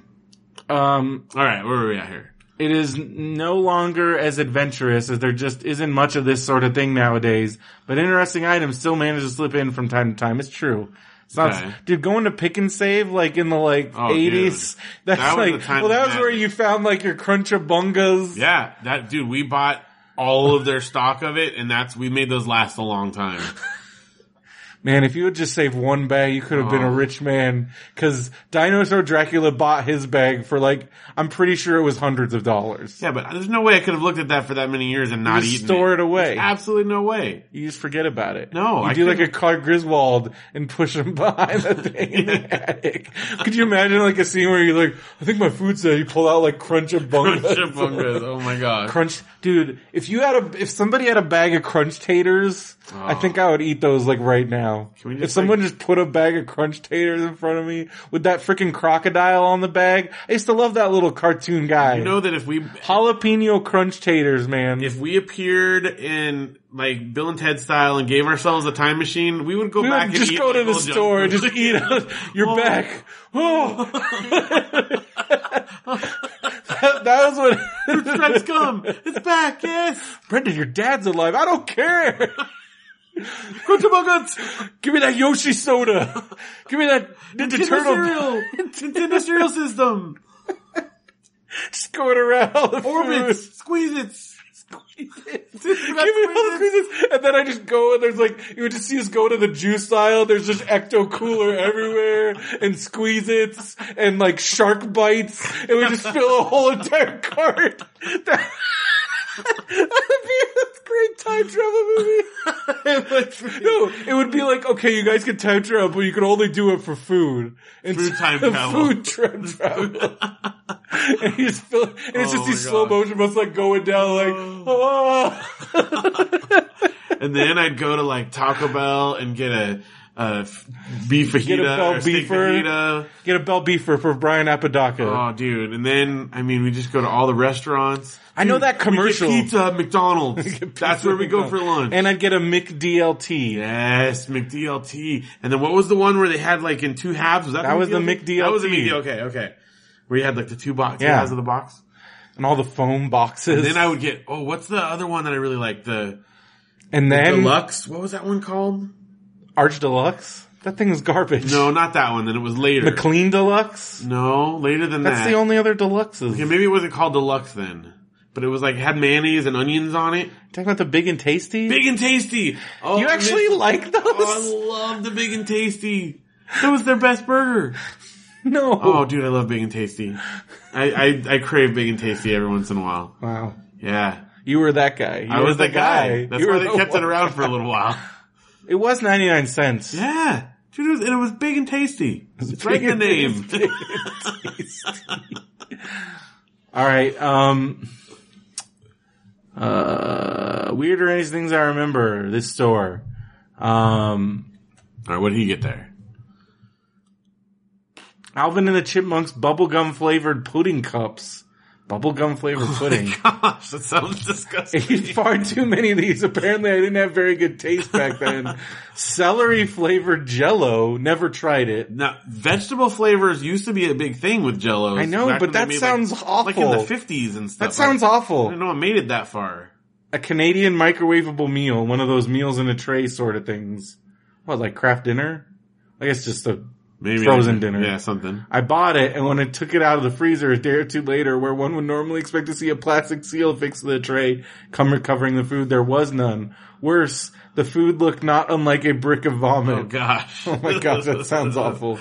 Speaker 2: Um,
Speaker 3: All right, where are we at here?
Speaker 2: it is no longer as adventurous as there just isn't much of this sort of thing nowadays, but interesting items still manage to slip in from time to time. It's true. It's not,
Speaker 3: Okay.
Speaker 2: dude, going to pick and save like in the like
Speaker 3: Oh,
Speaker 2: eighties. That's
Speaker 3: That was
Speaker 2: like,
Speaker 3: the time
Speaker 2: well, that
Speaker 3: of
Speaker 2: was where
Speaker 3: magic.
Speaker 2: you found like your crunchabungas.
Speaker 3: Yeah, that dude. We bought all of their stock of it, and that's we made those last a long time.
Speaker 2: Man, if you had just saved one bag, you could have been a
Speaker 3: Oh.
Speaker 2: rich man. Cause Dinosaur Dracula bought his bag for like, I'm pretty sure it was hundreds of dollars.
Speaker 3: Yeah, but there's no way I could have looked at that for that many years and
Speaker 2: You
Speaker 3: not
Speaker 2: just
Speaker 3: eaten
Speaker 2: store it
Speaker 3: it.
Speaker 2: away.
Speaker 3: Absolutely no way.
Speaker 2: You just forget about it.
Speaker 3: No,
Speaker 2: you
Speaker 3: I
Speaker 2: do like a
Speaker 3: couldn't-
Speaker 2: Clark Griswold and push him behind the thing in the attic. Could you imagine like a scene where you're like, I think my food's there. You pull out like crunch
Speaker 3: Chipmunkas, oh my god.
Speaker 2: Crunch, dude. If you had a, if somebody had a bag of crunch taters, I think I would eat those like right now.
Speaker 3: Oh. we just,
Speaker 2: if someone just put a bag of crunch taters in front of me with that freaking crocodile on the bag, I used to love that little cartoon guy.
Speaker 3: You know that if we
Speaker 2: Jalapeno crunch taters, man.
Speaker 3: if we appeared in like Bill and Ted style and gave ourselves a time machine, we would go
Speaker 2: We
Speaker 3: back
Speaker 2: would
Speaker 3: and
Speaker 2: just
Speaker 3: eat,
Speaker 2: go
Speaker 3: like,
Speaker 2: to the
Speaker 3: little junk
Speaker 2: store and
Speaker 3: food.
Speaker 2: just eat out. You're
Speaker 3: Oh.
Speaker 2: back. Oh. that, that was what.
Speaker 3: Stripes come. It's back. Yes.
Speaker 2: Brendan, your dad's alive. I don't care.
Speaker 3: Crunchabunkers.
Speaker 2: Give me that Yoshi soda. Give me that Ninja Turtle.
Speaker 3: Cereal. Nintendo cereal system.
Speaker 2: Just going around all the food.
Speaker 3: Orbits. Squeeze it.
Speaker 2: Give me all the Christmas. And then I just go and there's like, you would just see us go to the juice aisle. There's just ecto cooler everywhere and squeeze its and like shark bites. And we just fill a whole entire cart. That, that'd be a great time travel movie. No, it would be like, okay, you guys can time travel, but you can only do it for food. And
Speaker 3: Food time
Speaker 2: so-
Speaker 3: travel.
Speaker 2: Food time travel. and you just feel, and it's
Speaker 3: Oh
Speaker 2: just
Speaker 3: my
Speaker 2: these slow
Speaker 3: God.
Speaker 2: motion bus like going down like, oh.
Speaker 3: And then I'd go to like Taco Bell and get a, a uh, f- beef fajita,
Speaker 2: Get a bell
Speaker 3: or steak
Speaker 2: beefer.
Speaker 3: fajita.
Speaker 2: Get a bell beefer for Brian Apodaca.
Speaker 3: Oh, dude! And then I mean, we just go to all the restaurants.
Speaker 2: I know that
Speaker 3: We get
Speaker 2: commercial.
Speaker 3: pizza, at McDonald's. That's where we go for lunch.
Speaker 2: And I'd get a McDLT.
Speaker 3: Yes, McDLT. And then what was the one where they had like in two halves? Was that,
Speaker 2: That was the
Speaker 3: That was the
Speaker 2: McDLT.
Speaker 3: McDLT. Okay, okay. Where you had like the two box, two
Speaker 2: Yeah.
Speaker 3: halves of the box.
Speaker 2: and all the foam boxes.
Speaker 3: Then I would get. Oh, what's the other one that I really like? The
Speaker 2: and then
Speaker 3: deluxe. What was that one called?
Speaker 2: Arch Deluxe. That thing is garbage.
Speaker 3: No, not that one. Then it was later.
Speaker 2: the Clean Deluxe.
Speaker 3: no, later than
Speaker 2: That's
Speaker 3: that.
Speaker 2: the only other deluxes.
Speaker 3: Okay, maybe it wasn't called deluxe then, but it was like had mayonnaise and onions on it.
Speaker 2: Talking about the big and tasty.
Speaker 3: Big and tasty. Oh,
Speaker 2: you
Speaker 3: and
Speaker 2: actually
Speaker 3: this-
Speaker 2: like those?
Speaker 3: Oh, I love the big and tasty. That was their best burger.
Speaker 2: no.
Speaker 3: Oh, dude, I love Big and Tasty. I, I, I crave Big and Tasty every once in a while.
Speaker 2: Wow.
Speaker 3: Yeah.
Speaker 2: You were that guy. You
Speaker 3: I
Speaker 2: were
Speaker 3: was
Speaker 2: the
Speaker 3: the guy. That's
Speaker 2: You
Speaker 3: why
Speaker 2: were
Speaker 3: they
Speaker 2: the
Speaker 3: kept
Speaker 2: one.
Speaker 3: it around for a little while.
Speaker 2: It was 99 cents.
Speaker 3: Yeah. Dude, it was, and it was Big and Tasty. It's right in the name.
Speaker 2: All right. Um, uh, weirdest things I remember this store. Um,
Speaker 3: Alright, what did he get there?
Speaker 2: Alvin and the Chipmunks bubblegum flavored pudding cups. Bubblegum flavored pudding.
Speaker 3: Gosh, that sounds disgusting.
Speaker 2: ate far too many of these. Apparently, I didn't have very good taste back then. Celery flavored Jello. Never tried it.
Speaker 3: Now, vegetable flavors used to be a big thing with Jello.
Speaker 2: I know, but that sounds awful.
Speaker 3: Like in the fifties and stuff.
Speaker 2: That sounds
Speaker 3: I didn't
Speaker 2: awful.
Speaker 3: know it made it that far.
Speaker 2: A Canadian microwavable meal, one of those meals in a tray sort of things. What, like craft dinner? I guess just a.
Speaker 3: Maybe
Speaker 2: Frozen dinner.
Speaker 3: Yeah, something.
Speaker 2: I bought it, and when I took it out of the freezer a day or two later, where one would normally expect to see a plastic seal affixed to the tray, come recovering the food, there was none. Worse, the food looked not unlike a brick of vomit.
Speaker 3: Oh gosh.
Speaker 2: Oh my gosh, that sounds awful.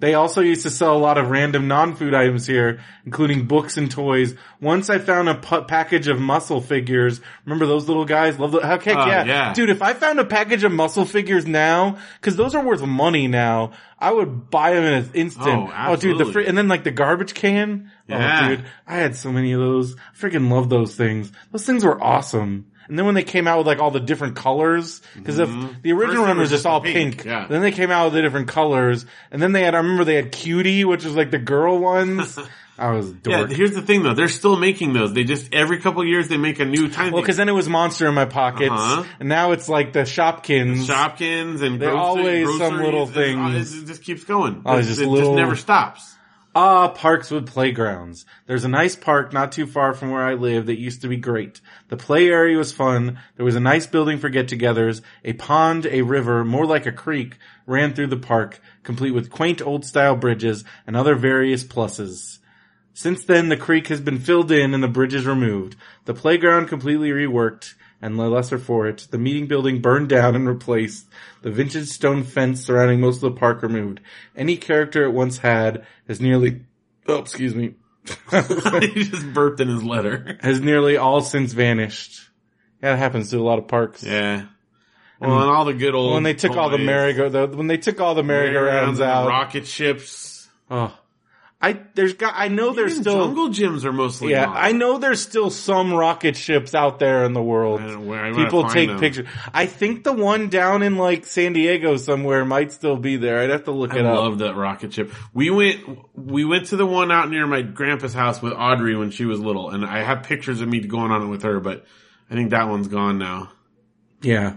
Speaker 2: They also used to sell a lot of random non-food items here, including books and toys. Once I found a pu- package of muscle figures. Remember those little guys? Love the, heck, heck
Speaker 3: Oh,
Speaker 2: yeah.
Speaker 3: yeah.
Speaker 2: Dude, if I found a package of muscle figures now, cause those are worth money now, I would buy them in an instant.
Speaker 3: Oh,
Speaker 2: dude,
Speaker 3: absolutely.
Speaker 2: the free, and then like the garbage can.
Speaker 3: Yeah.
Speaker 2: Oh, dude, I had so many of those. I freaking love those things. Those things were awesome. And then when they came out with like all the different colors, because if the original
Speaker 3: Mm-hmm. First they
Speaker 2: one
Speaker 3: were
Speaker 2: was
Speaker 3: just
Speaker 2: just all
Speaker 3: pink,
Speaker 2: pink,
Speaker 3: yeah.
Speaker 2: then they came out with the different colors, and then they had I remember they had cutie, which was like the girl ones. I was a
Speaker 3: Yeah,
Speaker 2: dork.
Speaker 3: here's the thing though. They're still making those. They just every couple of years they make a new time.
Speaker 2: well, because then it was monster in my pockets,
Speaker 3: Uh-huh.
Speaker 2: and now it's like the Shopkins.
Speaker 3: Shopkins and
Speaker 2: They're
Speaker 3: grocery-
Speaker 2: always
Speaker 3: groceries,
Speaker 2: some little
Speaker 3: it's- it's-
Speaker 2: things.
Speaker 3: It just keeps going.
Speaker 2: Oh, it's
Speaker 3: It's-
Speaker 2: just
Speaker 3: it
Speaker 2: little-
Speaker 3: just never stops.
Speaker 2: Ah, parks with playgrounds. There's a nice park not too far from where I live that used to be great. The play area was fun. There was a nice building for get-togethers. A pond, a river, more like a creek, ran through the park, complete with quaint old-style bridges and other various pluses. Since then, the creek has been filled in and the bridges removed. The playground completely reworked and the lesser for it. The meeting building burned down and replaced. The vintage stone fence surrounding most of the park removed. Any character it once had has nearly, oh, excuse me,
Speaker 3: he just burped in his letter.
Speaker 2: has nearly all since vanished. Yeah, that happens to a lot of parks.
Speaker 3: Yeah. Well, and all the good old
Speaker 2: When they took all the
Speaker 3: old
Speaker 2: merry-go, the, when they took all the merry-go-rounds
Speaker 3: merry-go-rounds and the
Speaker 2: out,
Speaker 3: rocket ships.
Speaker 2: oh, I there's got I know there's
Speaker 3: Even
Speaker 2: still
Speaker 3: jungle gyms are mostly
Speaker 2: Yeah,
Speaker 3: gone.
Speaker 2: I know there's still some rocket ships out there in the world.
Speaker 3: I don't- where- I wanna
Speaker 2: People
Speaker 3: find
Speaker 2: take
Speaker 3: them.
Speaker 2: pictures. I think the one down in like San Diego somewhere might still be there. I'd have to look
Speaker 3: I
Speaker 2: it up.
Speaker 3: love that rocket ship. We went, we went to the one out near my grandpa's house with Audrey when she was little, and I have pictures of me going on it with her, but I think that one's gone now.
Speaker 2: Yeah,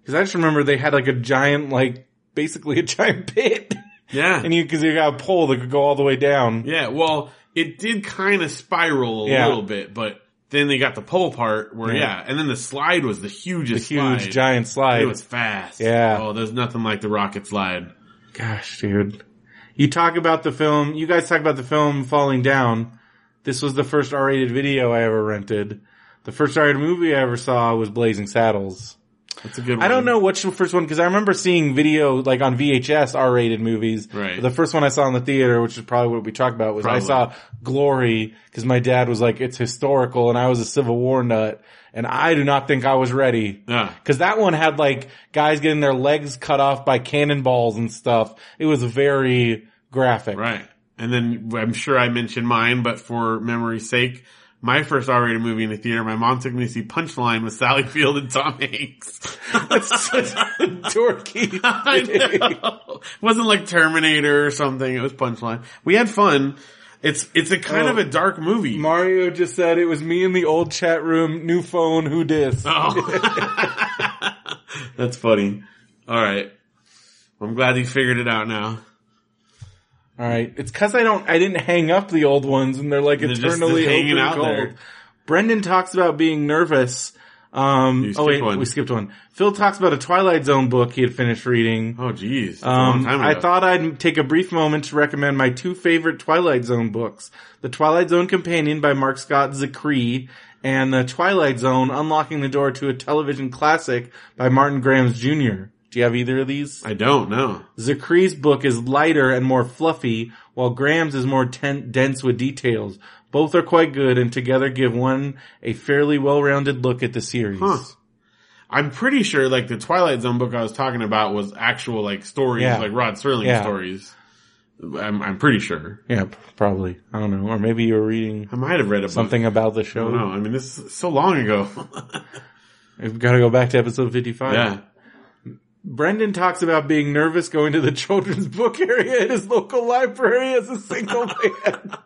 Speaker 2: because I just remember they had like a giant, like basically a giant pit,
Speaker 3: Yeah.
Speaker 2: and you because you got a pole that could go all the way down.
Speaker 3: yeah. Well, it did kind of spiral a
Speaker 2: Yeah.
Speaker 3: little bit, but then they got the pole part where, yeah.
Speaker 2: Yeah.
Speaker 3: and then the slide was the hugest
Speaker 2: Huge
Speaker 3: slide.
Speaker 2: giant slide.
Speaker 3: It was fast.
Speaker 2: Yeah.
Speaker 3: Oh, there's nothing like the rocket slide.
Speaker 2: Gosh, dude. You talk about the film, you guys talk about the film Falling Down. This was the first R-rated video I ever rented. The first R-rated movie I ever saw was Blazing Saddles.
Speaker 3: That's a good one.
Speaker 2: I don't know which the first one, cause I remember seeing video, like on VHS R-rated movies.
Speaker 3: Right.
Speaker 2: But the first one I saw in the theater, which is probably what we talked about, was
Speaker 3: Probably.
Speaker 2: I saw Glory, cause my dad was like, it's historical, and I was a Civil War nut, and I do not think I was ready.
Speaker 3: Yeah.
Speaker 2: Cause that one had like guys getting their legs cut off by cannonballs and stuff. It was very graphic.
Speaker 3: Right. And then I'm sure I mentioned mine, but for memory's sake, my first R-rated movie in the theater, my mom took me to see Punchline with Sally Field and Tom Hanks.
Speaker 2: That's such a dorky.
Speaker 3: I know. It wasn't like Terminator or something. It was Punchline. We had fun. It's it's a kind
Speaker 2: Oh.
Speaker 3: of a dark movie.
Speaker 2: Mario just said it was me in the old chat room, new phone, who dis?
Speaker 3: Oh. That's funny. All right. I'm glad he figured it out now.
Speaker 2: Alright. It's cause I don't, I didn't hang up the old ones and they're like
Speaker 3: They're just
Speaker 2: eternally
Speaker 3: hanging
Speaker 2: open
Speaker 3: out
Speaker 2: cold.
Speaker 3: there.
Speaker 2: Brendan talks about being nervous. Um,
Speaker 3: You
Speaker 2: oh wait,
Speaker 3: skipped one.
Speaker 2: we skipped one. Phil talks about a Twilight Zone book he had finished reading.
Speaker 3: Oh, geez. That's a long
Speaker 2: Um,
Speaker 3: time
Speaker 2: I
Speaker 3: ago.
Speaker 2: thought I'd take a brief moment to recommend my two favorite Twilight Zone books: *The Twilight Zone Companion* by Mark Scott Zecree and *The Twilight Zone: Unlocking the Door to a Television Classic* by Martin Grahams Jr. Do you have either of these?
Speaker 3: I don't know.
Speaker 2: Zakri's book is lighter and more fluffy, while Graham's is more ten- dense with details. Both are quite good and together give one a fairly well-rounded look at the series.
Speaker 3: Huh. I'm pretty sure like the Twilight Zone book I was talking about was actual like stories,
Speaker 2: Yeah.
Speaker 3: like Rod Serling
Speaker 2: Yeah.
Speaker 3: stories. I'm, I'm pretty sure.
Speaker 2: Yeah, p- probably. I don't know. Or maybe you were reading
Speaker 3: I might have read a book.
Speaker 2: something about the
Speaker 3: I
Speaker 2: show.
Speaker 3: don't know. I mean, this is so long ago.
Speaker 2: We've got to go back to episode 55.
Speaker 3: yeah.
Speaker 2: Brendan talks about being nervous going to the children's book area at his local library as a single man.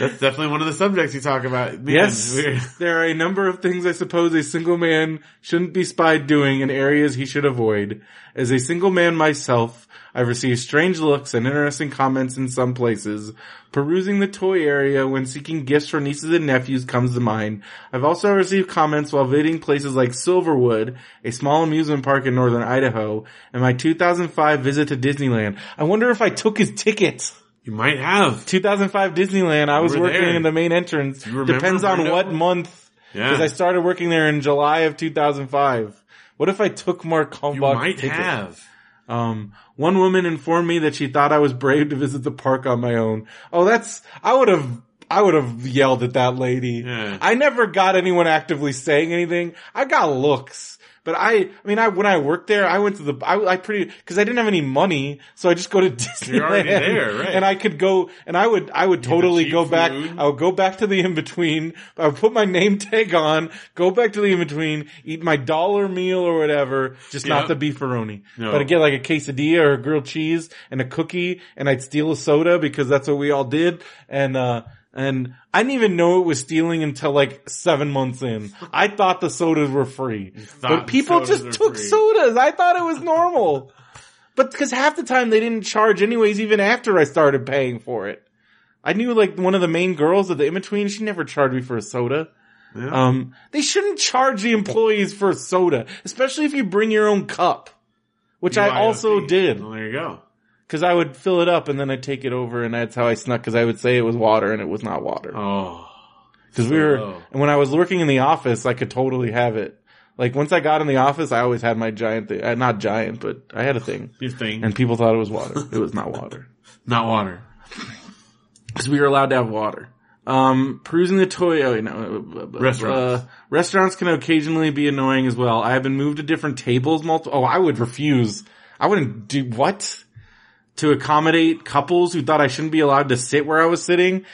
Speaker 3: That's definitely one of the subjects you talk about. Man,
Speaker 2: Yes,
Speaker 3: we're-
Speaker 2: there are a number of things I suppose a single man shouldn't be spied doing in areas he should avoid. As a single man myself, I've received strange looks and interesting comments in some places. Perusing the toy area when seeking gifts for nieces and nephews comes to mind. I've also received comments while visiting places like Silverwood, a small amusement park in northern Idaho, and my 2005 visit to Disneyland. I wonder if I took his ticket.
Speaker 3: You might have.
Speaker 2: 2005 Disneyland. I was
Speaker 3: were
Speaker 2: working
Speaker 3: there.
Speaker 2: in the main entrance.
Speaker 3: you remember
Speaker 2: Depends on
Speaker 3: Bruno?
Speaker 2: what month. Because I
Speaker 3: Yeah.
Speaker 2: started working there in July of 2005. What if I took Mark
Speaker 3: You
Speaker 2: Kalmbach's
Speaker 3: might
Speaker 2: ticket?
Speaker 3: have.
Speaker 2: Um, one woman informed me that she thought I was brave to visit the park on my own. Oh, that's, I would have, I would have yelled at that lady.
Speaker 3: Yeah.
Speaker 2: I never got anyone actively saying anything. I got looks. But I, I mean, I, when I worked there, I went to the, I, I pretty, cause I didn't have any money, so I just go to Disneyland.
Speaker 3: You're already there, right.
Speaker 2: And I could go, and I would, I would totally
Speaker 3: cheap
Speaker 2: go back,
Speaker 3: food.
Speaker 2: I would go back to the in-between, I would put my name tag on, go back to the in-between, eat my dollar meal or whatever, just not
Speaker 3: Yep.
Speaker 2: the beefaroni.
Speaker 3: No.
Speaker 2: But I'd get like a quesadilla or a grilled cheese and a cookie and I'd steal a soda because that's what we all did. And, uh, and I didn't even know it was stealing until like seven months in. I thought the sodas were free,
Speaker 3: thought
Speaker 2: but
Speaker 3: the
Speaker 2: people
Speaker 3: sodas
Speaker 2: just
Speaker 3: were
Speaker 2: took
Speaker 3: free.
Speaker 2: sodas. I thought it was normal, but cause half the time they didn't charge anyways, even after I started paying for it. I knew like one of the main girls at the in-between, she never charged me for a soda.
Speaker 3: Yeah.
Speaker 2: Um, they shouldn't charge the employees for soda, especially if you bring your own cup, which I
Speaker 3: E.
Speaker 2: also
Speaker 3: BYOC.
Speaker 2: did
Speaker 3: Well, there you go.
Speaker 2: because I would fill it up and then I'd take it over, and that's how I snuck because I would say it was water and it was not water
Speaker 3: Oh.
Speaker 2: because we were.
Speaker 3: Oh.
Speaker 2: And when I was working in the office, I could totally have it. Like once I got in the office, I always had my giant thing. Uh, not giant, but I had a thing,
Speaker 3: Your thing.
Speaker 2: and people thought it was water. it was not water.
Speaker 3: Not water.
Speaker 2: because we were allowed to have water. Um, perusing the toy, oh, no, blah, blah,
Speaker 3: Restaurants.
Speaker 2: blah. restaurants can occasionally be annoying as well. I have been moved to different tables multiple, oh, I would refuse. I wouldn't do what? To accommodate couples who thought I shouldn't be allowed to sit where I was sitting.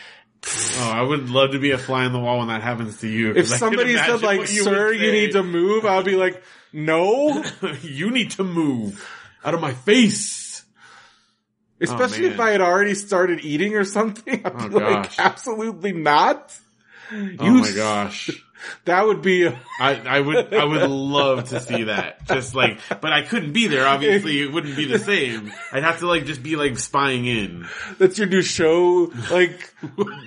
Speaker 3: Oh, I would love to be a fly on the wall when that happens to you.
Speaker 2: If
Speaker 3: 'cause I can
Speaker 2: somebody said
Speaker 3: imagine
Speaker 2: like,
Speaker 3: what you
Speaker 2: sir,
Speaker 3: would
Speaker 2: you need to
Speaker 3: say.
Speaker 2: move, I'll be like, no.
Speaker 3: you need to move out of my face.
Speaker 2: Especially if
Speaker 3: man.
Speaker 2: I had already started eating or something. I'd
Speaker 3: Oh,
Speaker 2: be like,
Speaker 3: gosh.
Speaker 2: absolutely not.
Speaker 3: Oh my gosh.
Speaker 2: That would be, uh, a-
Speaker 3: I, I would I would love to see that. Just like but I couldn't be there, obviously it wouldn't be the same. I'd have to like just be like spying in.
Speaker 2: That's your new show, like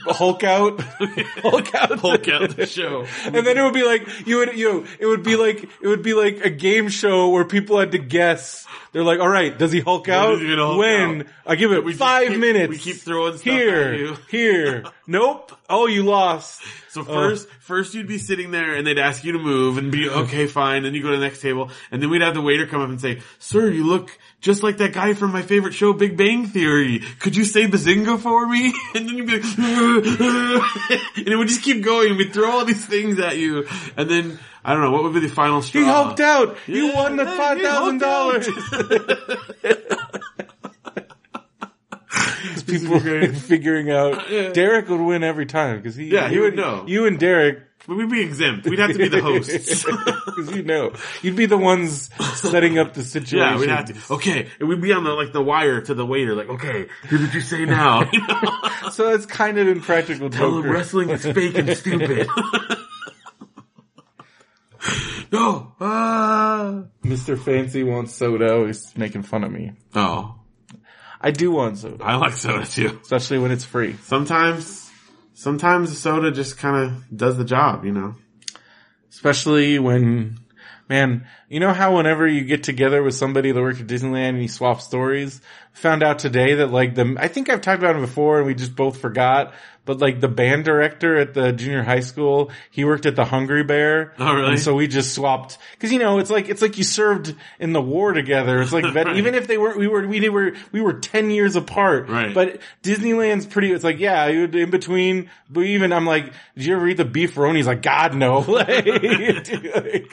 Speaker 2: Hulk out, Hulk out,
Speaker 3: Hulk out the show.
Speaker 2: And then it would be like you would you. know, It would be like it would be like a game show where people had to guess. They're like, all right, does he Hulk out?
Speaker 3: is he gonna Hulk
Speaker 2: when
Speaker 3: out?
Speaker 2: I give it
Speaker 3: We just
Speaker 2: five
Speaker 3: keep-
Speaker 2: minutes.
Speaker 3: We keep throwing stuff at
Speaker 2: here,
Speaker 3: you.
Speaker 2: here. Nope. Oh, you lost.
Speaker 3: So first, first you'd be sitting there and they'd ask you to move and be okay, fine. Then you go to the next table and then we'd have the waiter come up and say, sir, you look just like that guy from my favorite show, Big Bang Theory. Could you say Bazinga for me? And then you'd be like, and it would just keep going. We'd throw all these things at you. And then, I don't know, what would be the final straw?
Speaker 2: He hulked out. you
Speaker 3: Yeah,
Speaker 2: won the
Speaker 3: yeah,
Speaker 2: five
Speaker 3: he
Speaker 2: thousand
Speaker 3: hulked out.
Speaker 2: dollars.
Speaker 3: Just
Speaker 2: people
Speaker 3: great.
Speaker 2: figuring out. Derek would win every time because he.
Speaker 3: Yeah, he
Speaker 2: you
Speaker 3: would
Speaker 2: and-
Speaker 3: know.
Speaker 2: You and Derek.
Speaker 3: We'd be exempt. We'd have to be the hosts.
Speaker 2: Because you know, you'd be the ones setting up the situation.
Speaker 3: yeah, we'd have to. Okay, and we'd be on the like the wire to the waiter. Like, okay, here's what you say now. You know?
Speaker 2: So that's kind of impractical.
Speaker 3: Tell
Speaker 2: Joker.
Speaker 3: them wrestling is fake and stupid. no. ah.
Speaker 2: Mr. Fancy wants soda. He's making fun of me.
Speaker 3: oh,
Speaker 2: I do want soda,
Speaker 3: I like soda too.
Speaker 2: especially when it's free.
Speaker 3: Sometimes, sometimes the soda just kind of does the job. You know.
Speaker 2: Especially when, man, you know how whenever you get together with somebody that worked at Disneyland and you swap stories, found out today that like the, I think I've talked about it before and we just both forgot, but like the band director at the junior high school, he worked at the Hungry Bear.
Speaker 3: Oh, really?
Speaker 2: And so we just swapped, cause you know, it's like, it's like you served in the war together. It's like, vet,
Speaker 3: Right.
Speaker 2: even if they weren't, we were, we were, we were 10 years apart.
Speaker 3: Right.
Speaker 2: But Disneyland's pretty, it's like, yeah, you in between, but even I'm like, did you ever eat the beef roni? He's like, God, no. like,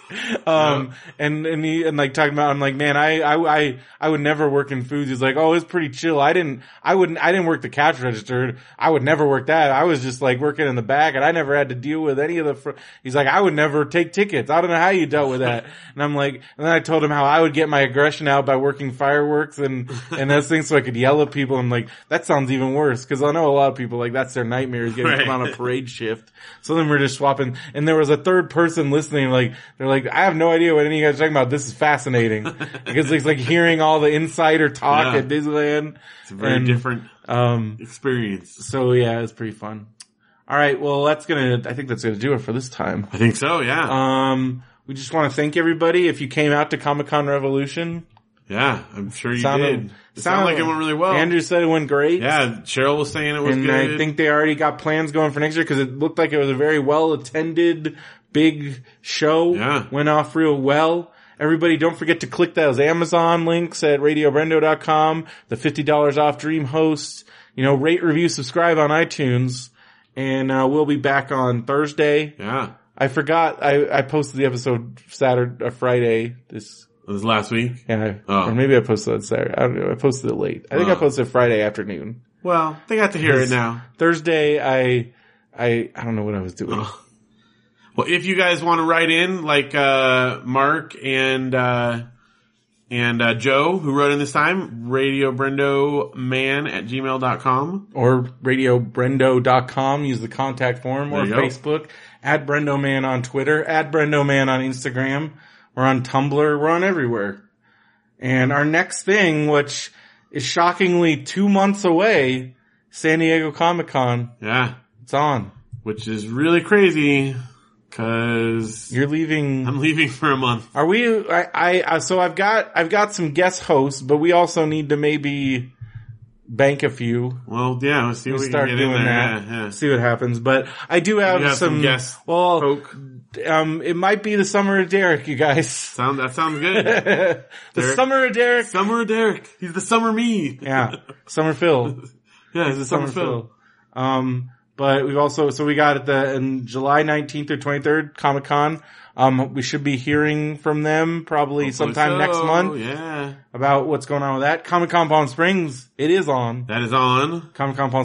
Speaker 2: um, and, and he, and like talking about, I'm like, man, I, I, I, I would never work in foods. He's like, oh, it's pretty chill. I didn't, I wouldn't, I didn't work the cash register. I would never work that. I was just like working in the back and I never had to deal with any of the, fr-. he's like, I would never take tickets. I don't know how you dealt with that. And I'm like, and then I told him how I would get my aggression out by working fireworks and, and those things so I could yell at people. I'm like, that sounds even worse. Cause I know a lot of people like that's their nightmare is getting
Speaker 3: Right.
Speaker 2: come on a parade shift. So then we're just swapping and there was a third person listening. Like they're like, I have no idea what any of you guys are talking about. This is fascinating because it's like hearing all the insider talk
Speaker 3: Yeah.
Speaker 2: at Disneyland.
Speaker 3: It's a very
Speaker 2: And,
Speaker 3: different
Speaker 2: Um,
Speaker 3: experience.
Speaker 2: so yeah, it was pretty fun. All right. Well, that's going to, I think that's going to do it for this time.
Speaker 3: I think so. Yeah.
Speaker 2: Um, we just want to thank everybody. If you came out to Comic Con Revolution,
Speaker 3: Yeah, I'm sure you
Speaker 2: sounded-
Speaker 3: did. It sounded like it went really well.
Speaker 2: Andrew said it went great.
Speaker 3: yeah, Cheryl was saying it was
Speaker 2: And
Speaker 3: good.
Speaker 2: I think they already got plans going for next year because it looked like it was a very well attended big show.
Speaker 3: Yeah.
Speaker 2: Went off real well. Everybody don't forget to click those Amazon links at radiobrendo.com, the $50 off dream host, you know, rate, review, subscribe on iTunes. And, uh, we'll be back on Thursday.
Speaker 3: yeah,
Speaker 2: I forgot I, I posted the episode Saturday, uh, Friday this
Speaker 3: it was last week.
Speaker 2: yeah,
Speaker 3: Oh.
Speaker 2: or maybe I posted it Saturday. I don't know. I posted it late. I think I
Speaker 3: Oh.
Speaker 2: posted it Friday afternoon.
Speaker 3: Well, they got to hear it now.
Speaker 2: Thursday, I, I, I don't know what I was doing.
Speaker 3: Oh. Well, if you guys want to write in, like uh, Mark and uh, and uh, Joe, who wrote in this time, radiobrendoman at gmail.com.
Speaker 2: Or radiobrendo.com, use the contact form or
Speaker 3: There you go.
Speaker 2: Facebook. At Brendoman on Twitter. At Brendoman on Instagram. We're on Tumblr. We're on everywhere. And our next thing, which is shockingly two months away, San Diego Comic Con.
Speaker 3: Yeah,
Speaker 2: It's on.
Speaker 3: which is really crazy because
Speaker 2: You're leaving.
Speaker 3: I'm leaving for a month.
Speaker 2: Are we? I, I uh, so I've got I've got some guest hosts, but we also need to maybe bank a few.
Speaker 3: Well, yeah, let's see
Speaker 2: We
Speaker 3: what we
Speaker 2: start
Speaker 3: can get in
Speaker 2: doing
Speaker 3: there.
Speaker 2: that.
Speaker 3: Yeah, yeah.
Speaker 2: See what happens. But I do have,
Speaker 3: You have some
Speaker 2: some,
Speaker 3: guest
Speaker 2: Well,
Speaker 3: Poke.
Speaker 2: um, it might be the summer of Derek, you guys.
Speaker 3: Sound that sounds good.
Speaker 2: the summer of Derek.
Speaker 3: Summer Derek. He's the summer me.
Speaker 2: yeah, summer Phil.
Speaker 3: Yeah, he's the summer,
Speaker 2: Summer
Speaker 3: Phil.
Speaker 2: Phil. Um, but we've also so we got at the in July 19th through 23rd Comic Con. Um, we should be hearing from them probably sometime
Speaker 3: So,
Speaker 2: next month.
Speaker 3: Yeah.
Speaker 2: about what's going on with that. Comic Con Palm Springs, it is on.
Speaker 3: That is on.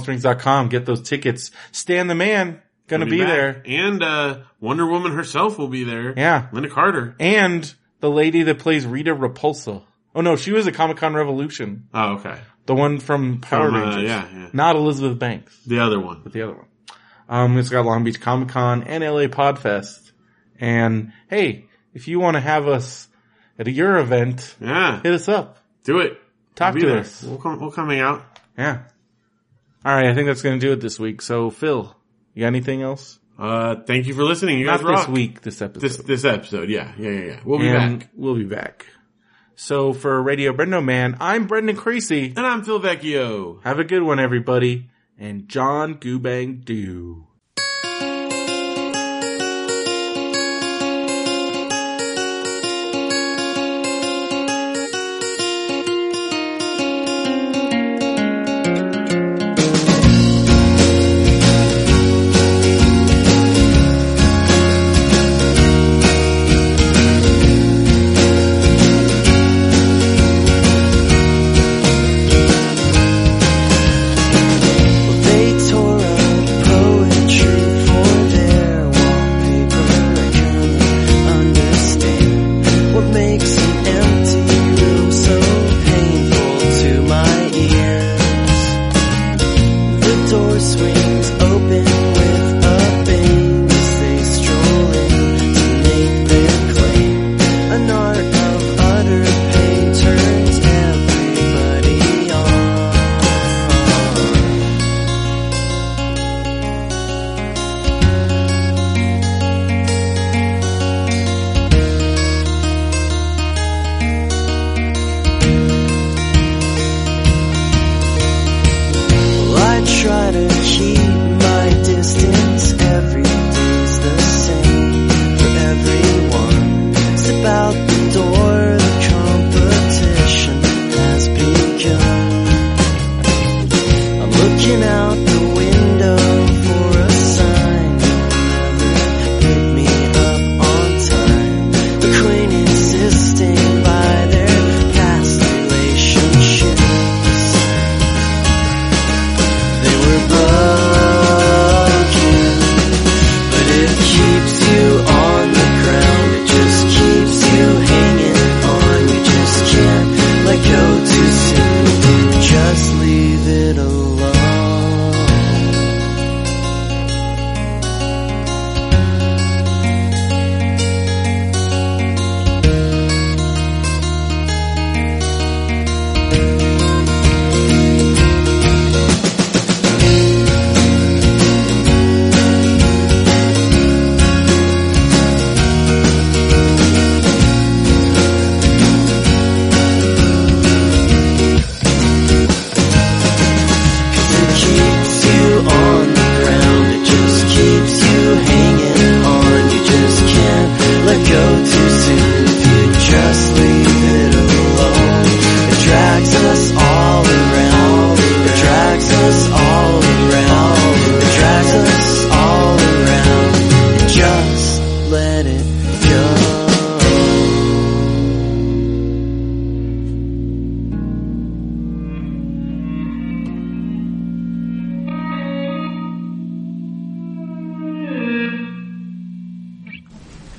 Speaker 2: ComicConPalmSprings.com. Get those tickets. Stan the Man, gonna
Speaker 3: We'll
Speaker 2: be
Speaker 3: back.
Speaker 2: there.
Speaker 3: And uh Wonder Woman herself will be there.
Speaker 2: Yeah.
Speaker 3: Linda Carter.
Speaker 2: And the lady that plays Rita Repulsa. Oh no, she was a Comic Con Revolution.
Speaker 3: Oh, okay.
Speaker 2: The one from Power
Speaker 3: From, uh,
Speaker 2: Rangers.
Speaker 3: yeah, yeah.
Speaker 2: Not Elizabeth Banks,
Speaker 3: The other one.
Speaker 2: but the other one. Um, it's got Long Beach Comic Con and LA Podfest. And hey, if you want to have us at your event,
Speaker 3: Yeah.
Speaker 2: hit us up.
Speaker 3: Do it.
Speaker 2: Talk
Speaker 3: We'll be
Speaker 2: to
Speaker 3: there.
Speaker 2: us.
Speaker 3: We'll come we'll come hang out.
Speaker 2: Yeah. All right, I think that's going to do it this week. So, Phil, you got anything else?
Speaker 3: Uh thank you for listening. You
Speaker 2: Not
Speaker 3: guys rock.
Speaker 2: this week, this episode.
Speaker 3: This this episode, yeah. Yeah, yeah, yeah. We'll be
Speaker 2: And
Speaker 3: back.
Speaker 2: We'll be back. So, for Radio Brendo Man, I'm Brendan Creasy.
Speaker 3: And I'm Phil Vecchio.
Speaker 2: Have a good one, everybody. And John Goobang Doo.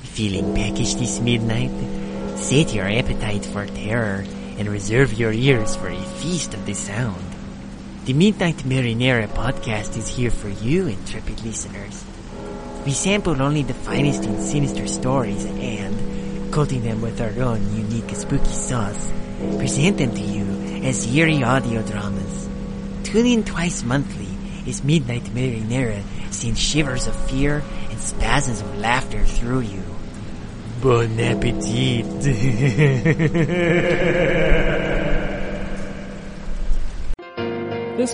Speaker 4: Feeling peckish this midnight? Set your appetite for terror and reserve your ears for a feast of the sound. The Midnight Marinera podcast is here for you, intrepid listeners. We sample only the finest and sinister stories and, coating them with our own unique spooky sauce, present them to you as eerie audio dramas. Tune in twice monthly as Midnight Marinera sends shivers of fear and spasms of laughter through you. Bon appetit!
Speaker 5: This